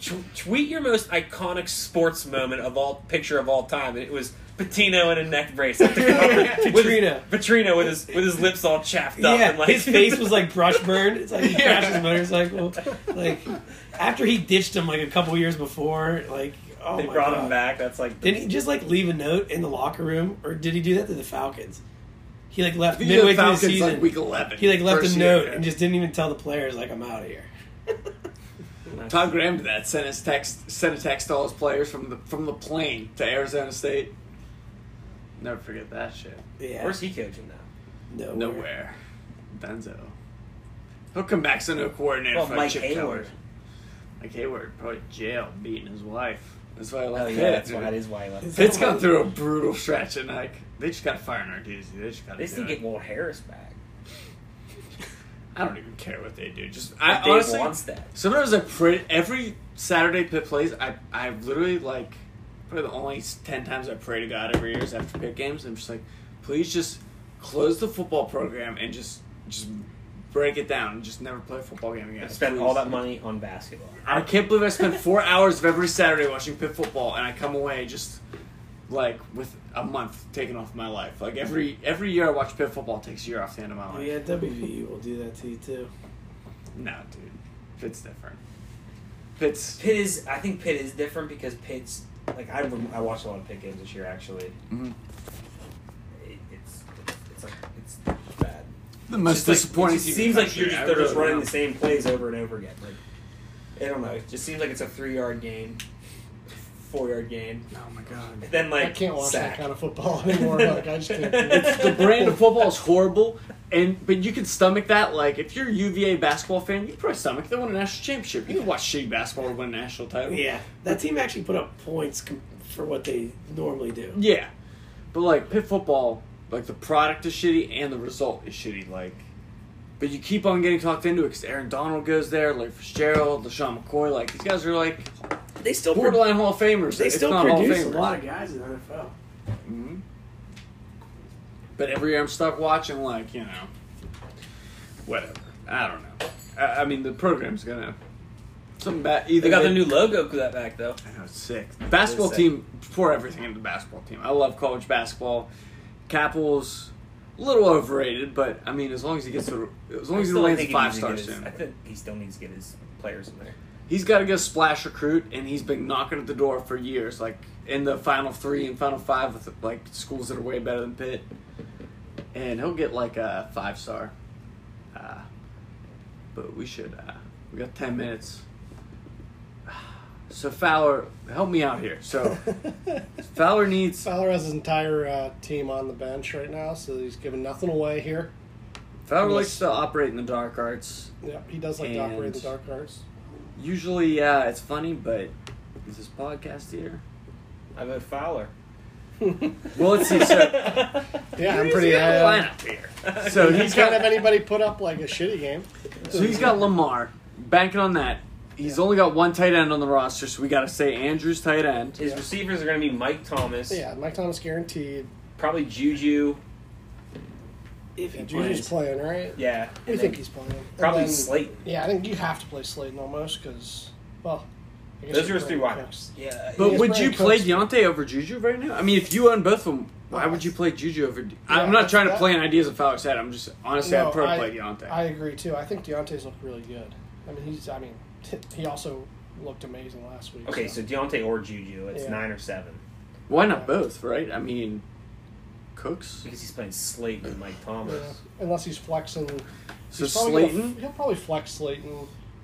Speaker 4: "Tw- tweet your most iconic sports moment of all picture of all time, and it was Patino in a neck brace. At the cover with his-
Speaker 3: Petrino.
Speaker 4: Petrino with his with his lips all chapped up.
Speaker 3: Yeah,
Speaker 4: and like,
Speaker 3: his face was like brush burned. It's like he
Speaker 1: Yeah.
Speaker 3: crashed his motorcycle. Like after he ditched him like a couple years before, like oh
Speaker 4: They
Speaker 3: my
Speaker 4: brought
Speaker 3: God.
Speaker 4: him back. That's like the
Speaker 3: Did he just like leave a note in the locker room, or did he do that to the Falcons? He like left
Speaker 1: The
Speaker 3: midway
Speaker 1: Falcons,
Speaker 3: through the season.
Speaker 1: like, week 11.
Speaker 3: he like left
Speaker 1: first
Speaker 3: a
Speaker 1: year,
Speaker 3: note
Speaker 1: yeah.
Speaker 3: and just didn't even tell the players like I'm out of here.
Speaker 1: Todd Graham did that. Sent his text. Sent a text to all his players from the from the plane to Arizona State. Never forget that shit.
Speaker 3: Yeah,
Speaker 4: Where's he coaching now?
Speaker 3: nowhere.
Speaker 1: Nowhere. Benzo. He'll come back so no coordinator
Speaker 4: Well,
Speaker 1: for
Speaker 4: Mike
Speaker 1: Chip
Speaker 4: Hayward.
Speaker 1: Kelly. Mike Hayward probably jail beating his wife. That's why I left
Speaker 4: Oh
Speaker 1: Pitt.
Speaker 4: yeah, that's why that is why he left.
Speaker 1: Pitt's gone through a brutal stretch and like they just gotta fire Narduzzi. They just gotta
Speaker 4: At least
Speaker 1: do
Speaker 4: they
Speaker 1: it.
Speaker 4: get Will Harris back.
Speaker 1: I don't even care what they do. Just I
Speaker 4: Dave
Speaker 1: honestly
Speaker 4: wants that.
Speaker 1: Sometimes I pray every Saturday pit plays. I I literally like probably the only ten times I pray to God every year is after pit games. I'm just like, please just close the football program and just just break it down and just never play a football game again.
Speaker 4: Spend
Speaker 1: Please.
Speaker 4: all that money on basketball.
Speaker 1: I can't believe I spend four hours of every Saturday watching pit football and I come away just like with a month taken off my life. Like every every year I watch pit football takes a year off the end of my life.
Speaker 3: Oh yeah, WVU will do that to you too.
Speaker 1: No, dude, Pitt's different. Pitt's
Speaker 4: Pitt is. I think Pitt is different because Pitt's like I. rem- I watched a lot of Pitt games this year actually.
Speaker 1: Mhm.
Speaker 4: It, it's, it's it's like it's bad.
Speaker 1: the most
Speaker 4: Just like-
Speaker 1: disappointing.
Speaker 4: It just seems like you're just, they're just running the same plays over and over again. Like I don't know. It just seems like it's a three yard game, four yard game.
Speaker 1: Oh my god.
Speaker 4: And then like
Speaker 2: I can't watch
Speaker 4: sack.
Speaker 2: that kind of football anymore. Like I just can't. do it.
Speaker 1: It's the brand of football is horrible, and but you can stomach that. Like if you're a UVA basketball fan, you can probably stomach they won a national championship. You can watch shitty basketball win a national title.
Speaker 3: Yeah, that team actually put up points com- for what they normally do.
Speaker 1: Yeah, but like pit football, like the product is shitty and the result is shitty. Like, but you keep on getting talked into it because Aaron Donald goes there, like Fitzgerald, LaShawn McCoy. Like these guys are like
Speaker 3: They still pro-
Speaker 1: borderline Hall of Famers.
Speaker 3: they
Speaker 1: if
Speaker 3: still
Speaker 1: not Hall of
Speaker 3: produce a
Speaker 1: Famers.
Speaker 3: lot of guys in the NFL.
Speaker 1: Mhm. But every year I'm stuck watching, like, you know, whatever. I don't know. I, I mean, the program's gonna. Something bad. Either
Speaker 4: They got
Speaker 1: way-
Speaker 4: their new logo for that back though.
Speaker 1: I know, it's sick. Basketball
Speaker 4: sick.
Speaker 1: team, pour everything into the basketball team. I love college basketball. Capel's a little overrated, but I mean, as long as he gets to, as long as he
Speaker 4: Still, I
Speaker 1: lands
Speaker 4: think he
Speaker 1: five
Speaker 4: needs to
Speaker 1: stars
Speaker 4: get his-
Speaker 1: soon,
Speaker 4: I think he still needs to get his players in there.
Speaker 1: he's got to go splash recruit, and he's been knocking at the door for years, like in the final three and final five with like schools that are way better than Pitt, and he'll get like a five star. Uh, but we should. Uh, we got ten minutes. So Fowler, help me out here. So Fowler needs
Speaker 2: Fowler has his entire uh, team on the bench right now, so he's giving nothing away here.
Speaker 1: Fowler likes to operate in the dark arts.
Speaker 2: Yep, he does like to operate
Speaker 1: And-
Speaker 2: the dark arts.
Speaker 1: Usually, uh, it's funny, but is this podcast here?
Speaker 4: I vote Fowler.
Speaker 1: Well, let's see. So
Speaker 2: Yeah, I'm
Speaker 1: He's
Speaker 2: pretty.
Speaker 1: got
Speaker 2: Uh,
Speaker 1: a lineup here. So
Speaker 2: He's
Speaker 1: he's
Speaker 2: can't
Speaker 1: got
Speaker 2: have anybody put up like a shitty game.
Speaker 1: So he's got Lamar. Banking on that. He's only got one tight end on the roster, so we got to say Andrews tight end.
Speaker 4: His receivers are going to be Mike Thomas,
Speaker 2: Yeah, Mike Thomas guaranteed.
Speaker 4: probably Juju,
Speaker 3: If he
Speaker 2: Juju's
Speaker 3: plays.
Speaker 2: playing, right?
Speaker 4: Yeah.
Speaker 2: We
Speaker 4: and
Speaker 2: think
Speaker 4: then
Speaker 2: he's playing. And
Speaker 4: probably
Speaker 2: then-
Speaker 4: Slayton.
Speaker 2: Yeah, I think you have to play Slayton almost because, well, I guess
Speaker 4: Those
Speaker 2: you
Speaker 4: are his three
Speaker 2: bring
Speaker 4: wideouts.
Speaker 2: Cooks.
Speaker 4: Yeah.
Speaker 1: But
Speaker 2: Yes,
Speaker 1: would
Speaker 2: Brandon
Speaker 1: you play
Speaker 2: Cooks.
Speaker 1: Deontay over Juju right now? I mean, if you own both of them, why would you play Juju over? De-
Speaker 2: Yeah,
Speaker 1: I'm not trying to
Speaker 2: that-
Speaker 1: play in ideas of Fowler's head. I'm just honestly,
Speaker 2: No,
Speaker 1: I'd probably
Speaker 2: I-
Speaker 1: play Deontay.
Speaker 2: I agree too. I think Deontay's looked really good. I mean, he's. I mean, he also looked amazing last week.
Speaker 4: Okay, so Deontay or Juju, it's
Speaker 2: Yeah.
Speaker 4: nine or seven
Speaker 1: why not both? Right? I mean, Cooks.
Speaker 4: because he's playing Slayton and Mike
Speaker 2: Yeah,
Speaker 4: Thomas.
Speaker 2: unless he's flexing,
Speaker 1: So
Speaker 2: he's probably
Speaker 1: Slayton?
Speaker 2: Gonna, he'll probably flex Slayton.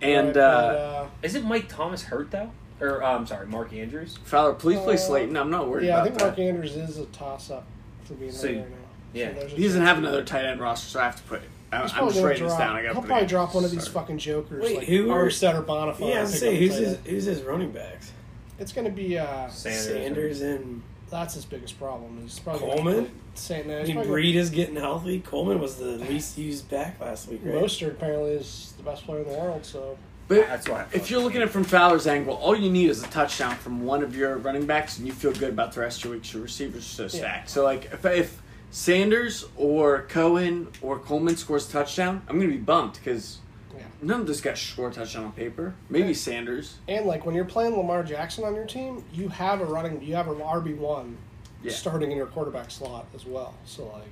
Speaker 1: And,
Speaker 2: but,
Speaker 1: uh,
Speaker 4: Isn't Mike Thomas hurt though? Or uh, I'm sorry, Mark Andrews.
Speaker 1: Fowler, please play
Speaker 2: Uh,
Speaker 1: Slayton. I'm not worried
Speaker 2: yeah, I
Speaker 1: about
Speaker 2: think
Speaker 1: that.
Speaker 2: Mark Andrews is a toss-up for being
Speaker 4: So,
Speaker 2: so, right now.
Speaker 4: yeah.
Speaker 2: so there's a
Speaker 1: he doesn't
Speaker 2: chance
Speaker 1: have another tight end roster, so I have to put. I,
Speaker 2: He's
Speaker 1: I'm
Speaker 2: probably
Speaker 1: just
Speaker 2: gonna
Speaker 1: writing this
Speaker 2: drop-
Speaker 1: down. I got.
Speaker 2: He'll probably drop one of these fucking jokers,
Speaker 3: Wait,
Speaker 2: like
Speaker 3: who are-
Speaker 2: Armstead or Bonifant.
Speaker 3: Yeah, I
Speaker 2: and
Speaker 3: was
Speaker 2: pick
Speaker 3: saying
Speaker 2: up
Speaker 3: who's
Speaker 2: tight
Speaker 3: his
Speaker 2: end.
Speaker 3: who's his running backs?
Speaker 2: It's going to be uh,
Speaker 4: Sanders.
Speaker 3: Sanders and
Speaker 2: that's his biggest problem. He's probably
Speaker 3: Coleman.
Speaker 2: Saying that
Speaker 3: I mean, Breed is getting healthy. Coleman was the least used back last week, right?
Speaker 2: Mostert apparently is the best player in the world, so
Speaker 1: But
Speaker 4: That's why. I
Speaker 1: if you're looking at it from Fowler's angle, all you need is a touchdown from one of your running backs, and you feel good about the rest of your weeks. Your receivers are so
Speaker 2: Yeah.
Speaker 1: stacked. So like if, if Sanders or Cohen or Coleman scores a touchdown, I'm gonna be bumped because
Speaker 2: yeah.
Speaker 1: none of those guys score a touchdown on paper. Maybe
Speaker 2: Yeah.
Speaker 1: Sanders.
Speaker 2: And like when you're playing Lamar Jackson on your team, you have a running, you have an RB one
Speaker 1: Yeah.
Speaker 2: starting in your quarterback slot as well. So like,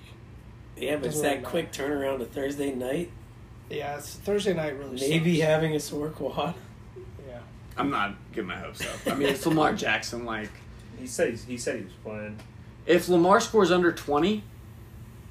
Speaker 3: Yeah, but it's
Speaker 2: Doesn't
Speaker 3: that
Speaker 2: really
Speaker 3: quick turnaround to Thursday night.
Speaker 2: yeah, it's Thursday night really.
Speaker 3: Maybe
Speaker 2: sucks.
Speaker 3: having a sore quad.
Speaker 2: yeah.
Speaker 1: I'm not getting my hopes up. I mean, it's Lamar Jackson. Like
Speaker 4: he said he's, he said he was playing.
Speaker 1: if Lamar scores under 20,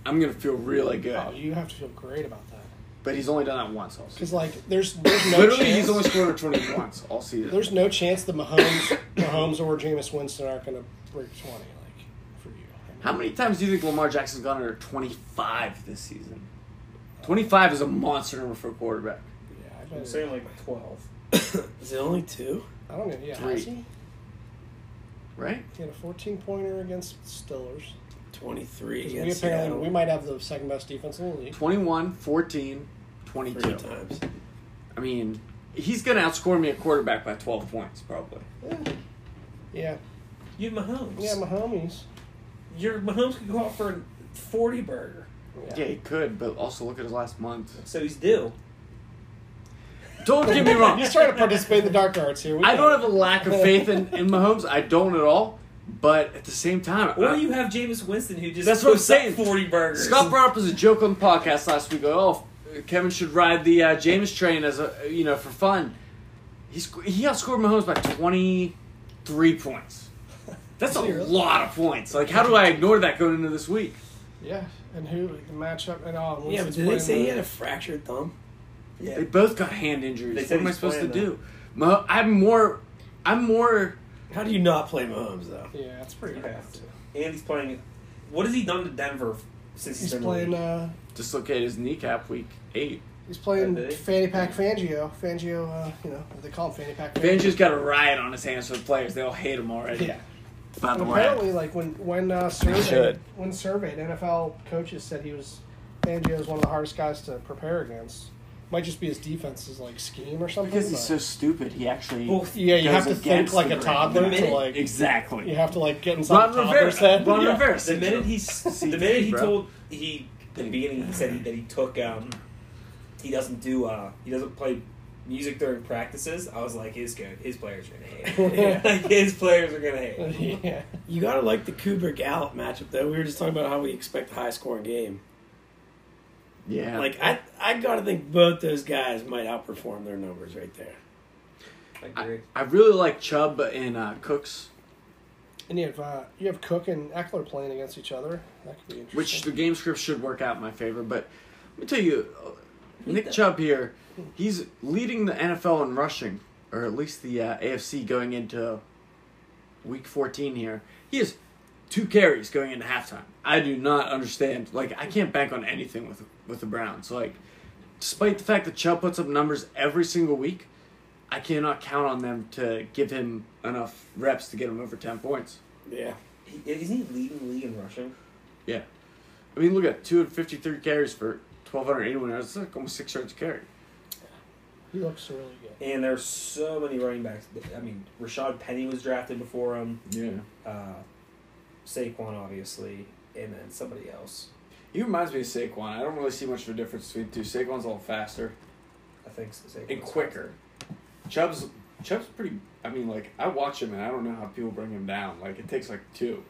Speaker 1: I'm gonna feel really good.
Speaker 2: Oh, you have to feel great about that
Speaker 1: But he's only done that once all season.
Speaker 2: because like there's there's no
Speaker 1: Literally,
Speaker 2: chance,
Speaker 1: he's only scored under 20 once all season.
Speaker 2: there's no chance that Mahomes Mahomes or Jameis Winston aren't going to break twenty like for you. I mean,
Speaker 1: How many times do you think Lamar Jackson's gone under 25 this season? 25 is a monster number for a quarterback.
Speaker 2: Yeah, I,
Speaker 4: I'm
Speaker 2: bet,
Speaker 4: saying like twelve.
Speaker 3: Is it only two?
Speaker 2: I don't know. Yeah,
Speaker 1: Three.
Speaker 2: has he?
Speaker 1: Right?
Speaker 2: He had a 14 pointer against Stillers.
Speaker 3: 23
Speaker 2: We
Speaker 3: against
Speaker 2: apparently
Speaker 3: Seattle.
Speaker 2: we might have the second best defense in the league.
Speaker 1: 21, 14,
Speaker 3: three
Speaker 1: 22.
Speaker 3: times.
Speaker 1: I mean, he's going to outscore me at quarterback by 12 points, probably.
Speaker 2: Eh. Yeah,
Speaker 4: You have Mahomes.
Speaker 2: yeah, Mahomes.
Speaker 4: Your Mahomes could go out for a forty burger.
Speaker 1: Yeah, he could, but also look at his last month.
Speaker 4: So he's due.
Speaker 1: Don't get me wrong.
Speaker 2: He's trying to participate in the dark arts here. We
Speaker 1: I don't have a lack of faith in, in Mahomes. I don't at all. But at the same time,
Speaker 4: Or
Speaker 1: I-
Speaker 4: you have Jameis Winston who just
Speaker 1: Uh, That's what I'm
Speaker 4: puts up
Speaker 1: saying.
Speaker 4: forty burgers.
Speaker 1: Scott brought up as a joke on the podcast last week. Oh, Kevin should ride the uh, James train as a you know for fun. He sc- he outscored Mahomes by twenty three points. That's a
Speaker 2: Is he really?
Speaker 1: lot of points. Like, how do I ignore that going into this week?
Speaker 2: Yeah, and who the matchup and all.
Speaker 3: Yeah,
Speaker 2: Winston's
Speaker 3: but did they
Speaker 2: playing
Speaker 3: say he
Speaker 2: the-
Speaker 3: had a fractured thumb?
Speaker 1: They both got hand injuries.
Speaker 4: They
Speaker 1: What
Speaker 4: said
Speaker 1: am I
Speaker 4: he's
Speaker 1: supposed to
Speaker 4: playing,
Speaker 1: do? Mah- I'm more. I'm more.
Speaker 3: How do you not play Mahomes though?
Speaker 2: Yeah, that's pretty
Speaker 4: Okay.
Speaker 2: bad. Too.
Speaker 4: And he's playing. What has he done to Denver since he's,
Speaker 2: He's
Speaker 4: been
Speaker 2: playing.
Speaker 4: in
Speaker 2: Uh,
Speaker 1: Dislocate his kneecap week eight.
Speaker 2: he's
Speaker 4: Yeah,
Speaker 2: playing
Speaker 4: did he?
Speaker 2: Fanny Pack Fangio. Fangio, uh, you know they call him Fanny Pack.
Speaker 1: Benji's got a riot on his hands for the players. They all hate him already.
Speaker 2: Yeah.
Speaker 1: By
Speaker 2: And
Speaker 1: the
Speaker 2: apparently,
Speaker 1: way,
Speaker 2: like when when uh,
Speaker 1: should.
Speaker 2: surveyed when surveyed, NFL coaches said he was Fangio is one of the hardest guys to prepare against. Might just be his defense's like scheme or something.
Speaker 1: because he's so
Speaker 2: but-
Speaker 1: stupid, he actually.
Speaker 4: Well,
Speaker 2: yeah,
Speaker 1: goes
Speaker 2: you have to
Speaker 1: against
Speaker 2: think like
Speaker 1: the
Speaker 2: a
Speaker 1: grain.
Speaker 2: toddler to
Speaker 4: minute-
Speaker 2: like
Speaker 1: Exactly.
Speaker 2: you have to like get inside
Speaker 1: Ron
Speaker 2: the
Speaker 1: Rivera.
Speaker 2: toddler's head.
Speaker 1: Ron
Speaker 4: Yeah,
Speaker 1: Revere
Speaker 4: The
Speaker 1: syndrome.
Speaker 4: minute he, s- the minute he
Speaker 1: bro.
Speaker 4: told he, the beginning he said he, that he took, um, he doesn't do, uh, he doesn't play music during practices. I was like, his go, his players are gonna hate. Him. like his players are gonna hate. Him.
Speaker 2: yeah.
Speaker 3: You gotta like the Cooper Gallup matchup though. We were just talking about how we expect a high scoring game.
Speaker 1: Yeah.
Speaker 3: Like I, I gotta think both those guys might outperform their numbers right there.
Speaker 4: I
Speaker 1: I,
Speaker 4: agree.
Speaker 1: I really like Chubb and uh, Cooks,
Speaker 2: And you have uh, you have Cook and Eckler playing against each other. That could be interesting.
Speaker 1: which the game script should work out in my favor. But let me tell you, uh, Nick Chubb here, he's leading the NFL in rushing, or at least the uh, AFC going into week 14 here. He has two carries going into halftime. I do not understand. Like, I can't bank on anything with, with the Browns. Like, despite the fact that Chubb puts up numbers every single week, I cannot count on them to give him enough reps to get him over 10 points.
Speaker 3: Yeah.
Speaker 4: He- Isn't he leading the league in rushing?
Speaker 1: Yeah. I mean, look at 253 carries for 1,281 yards. It's like almost six yards a carry.
Speaker 2: he looks really good.
Speaker 4: And there's so many running backs. I mean, Rashad Penny was drafted before him.
Speaker 1: Yeah.
Speaker 4: Uh, Saquon, obviously, and then somebody else.
Speaker 1: He reminds me of Saquon. I don't really see much of a difference between the two. Saquon's a little faster
Speaker 4: I think so.
Speaker 1: and quicker. Chubb's Chubb's pretty. I mean, like I watch him and I don't know how people bring him down. Like it takes like two.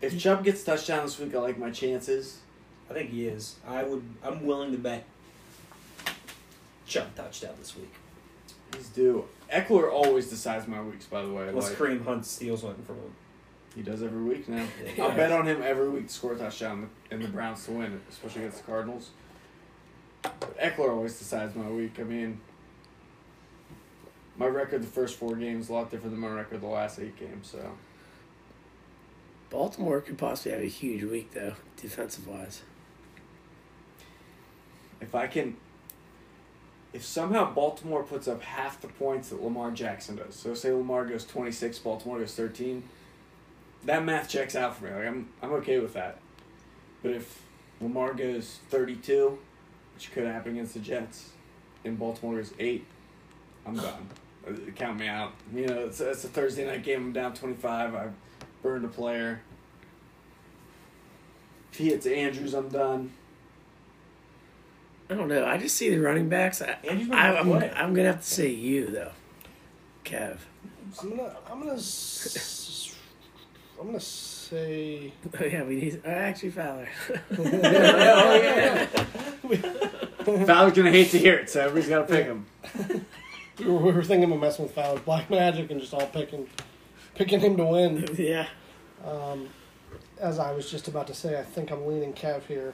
Speaker 1: If Chubb gets touchdown this week, I like my chances.
Speaker 4: I think he is. I would. I'm willing to bet. Chubb touchdown this week.
Speaker 1: He's due. Eckler always decides my weeks. By the way,
Speaker 4: Unless
Speaker 1: like,
Speaker 4: Kareem Hunt steals one from him.
Speaker 1: he does every week now.
Speaker 4: Yeah.
Speaker 1: I'll bet on him every week to score a touchdown and the Browns to win, especially against the Cardinals. But Eckler always decides my week. I mean, my record the first four games is a lot different than my record the last eight games. So
Speaker 3: Baltimore could possibly have a huge week though, defensive wise.
Speaker 1: if I can, if somehow Baltimore puts up half the points that Lamar Jackson does, so say Lamar goes twenty six, Baltimore goes thirteen, that math checks out for me. Like I'm, I'm okay with that. But if Lamar goes thirty two, which could happen against the Jets, and Baltimore goes eight, I'm done. Uh, Count me out. You know, it's, it's a Thursday night game. I'm down twenty five. I burned a player. If he hits Andrews, I'm done.
Speaker 3: I don't know. I just see the running backs. I,
Speaker 4: Andrew's not
Speaker 3: I,
Speaker 4: gonna
Speaker 3: I'm,
Speaker 4: play.
Speaker 3: I'm gonna have to say you though, Kev.
Speaker 2: I'm gonna, I'm gonna, s- I'm gonna say.
Speaker 3: Oh yeah, we need. Uh, actually, Fowler.
Speaker 2: oh yeah,
Speaker 1: Fowler's gonna hate to hear it, so everybody's gotta pick him.
Speaker 2: we were, we were thinking of messing with Fowler, Black Magic, and just all picking, picking him to win.
Speaker 3: yeah.
Speaker 2: Um, as I was just about to say, I think I'm leaning Kev here,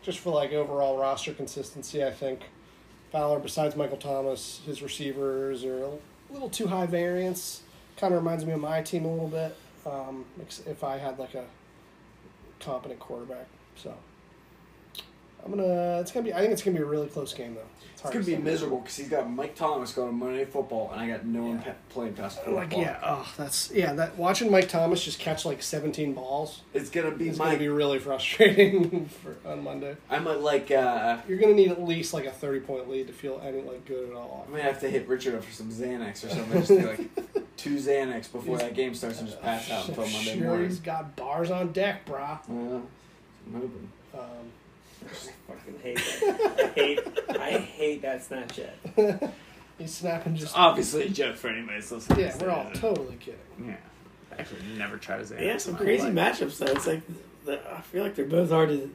Speaker 2: just for like overall roster consistency. I think Fowler, besides Michael Thomas, his receivers are a little too high variance. Kind of reminds me of my team a little bit. Um, ex- if I had like a competent quarterback, so I'm gonna. It's gonna be. I think it's gonna be a really close game though.
Speaker 1: It's
Speaker 2: hard
Speaker 1: gonna
Speaker 2: to
Speaker 1: be
Speaker 2: say.
Speaker 1: miserable because he's got Mike Thomas going to Monday Night Football, and I got no one
Speaker 2: Yeah.
Speaker 1: pe- playing past four
Speaker 2: Like
Speaker 1: o'clock.
Speaker 2: yeah, oh that's yeah. That watching Mike Thomas just catch like 17 balls.
Speaker 1: It's gonna be
Speaker 2: It's
Speaker 1: Mike.
Speaker 2: gonna be really frustrating for, on Monday.
Speaker 1: I might like. uh
Speaker 2: You're gonna need at least like a thirty point lead to feel any like good at all.
Speaker 1: I might have to hit Richard up for some Xanax or something. Just be like two Xanax before
Speaker 2: He's-
Speaker 1: that game starts and just pass out until
Speaker 2: I'm
Speaker 1: Monday
Speaker 2: Uh, sure
Speaker 1: morning.
Speaker 2: he's got bars on deck, brah.
Speaker 1: Yeah. Moving.
Speaker 2: Um,
Speaker 4: Fucking hate that. I hate. I hate that Snapchat.
Speaker 2: he's snapping
Speaker 1: It's
Speaker 2: just.
Speaker 1: obviously a joke for anybody that's listening.
Speaker 2: yeah, we're all totally kidding.
Speaker 1: Oh, Yeah. I actually never tried Xanax.
Speaker 3: Yeah, some crazy matchups though. It's like the, I feel like they're both hard to.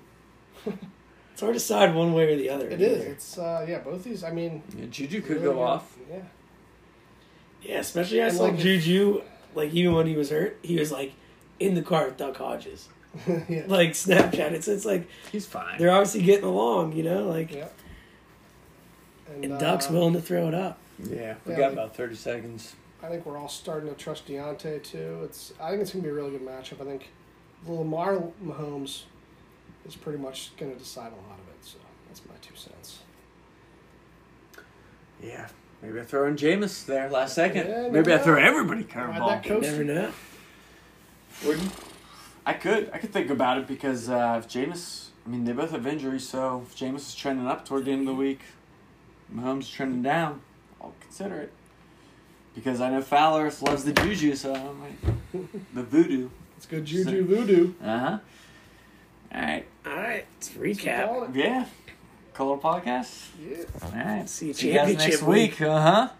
Speaker 3: It's hard to decide one way or the other.
Speaker 2: It is. It's uh, yeah. Both these. I mean,
Speaker 1: Yeah, Juju could
Speaker 2: really,
Speaker 1: go off.
Speaker 2: Yeah.
Speaker 3: Yeah, especially I
Speaker 2: And,
Speaker 3: saw
Speaker 2: like, if-
Speaker 3: Juju. Like even when he was hurt, he was like in the car with Doug Hodges.
Speaker 2: yeah.
Speaker 3: Like Snapchat. It's it's like
Speaker 1: He's fine.
Speaker 3: they're obviously getting along, you know. Like
Speaker 2: yeah. And,
Speaker 3: and
Speaker 2: uh,
Speaker 3: Doc's willing to throw it up.
Speaker 1: yeah, we
Speaker 2: Yeah,
Speaker 1: got
Speaker 2: like-
Speaker 1: about thirty seconds.
Speaker 2: I think we're all starting to trust Deontay too. It's I think it's gonna be a really good matchup. I think Lamar Mahomes is pretty much gonna decide a lot of it. So that's my two cents.
Speaker 1: Yeah. Maybe I throw in Jameis there last second.
Speaker 2: Yeah,
Speaker 1: maybe I
Speaker 2: no.
Speaker 1: throw everybody
Speaker 2: Ride
Speaker 1: curveball.
Speaker 2: that coaster.
Speaker 3: Never know.
Speaker 1: Wouldn't? I could. I could think about it because uh, if Jameis, I mean, they both have injuries, so if Jameis is trending up toward the end of the week, Mahomes is trending down, I'll consider it. Because I know Fowler loves the juju, so I'm like, the voodoo.
Speaker 2: It's good juju voodoo.
Speaker 1: Uh huh. All right.
Speaker 3: All right, let's
Speaker 2: That's
Speaker 3: recap.
Speaker 2: what we call it.
Speaker 1: Yeah. Color podcast.
Speaker 2: Yeah.
Speaker 1: All right.
Speaker 3: See you
Speaker 1: See you guys
Speaker 3: championship
Speaker 1: next
Speaker 3: week.
Speaker 1: week. Uh huh.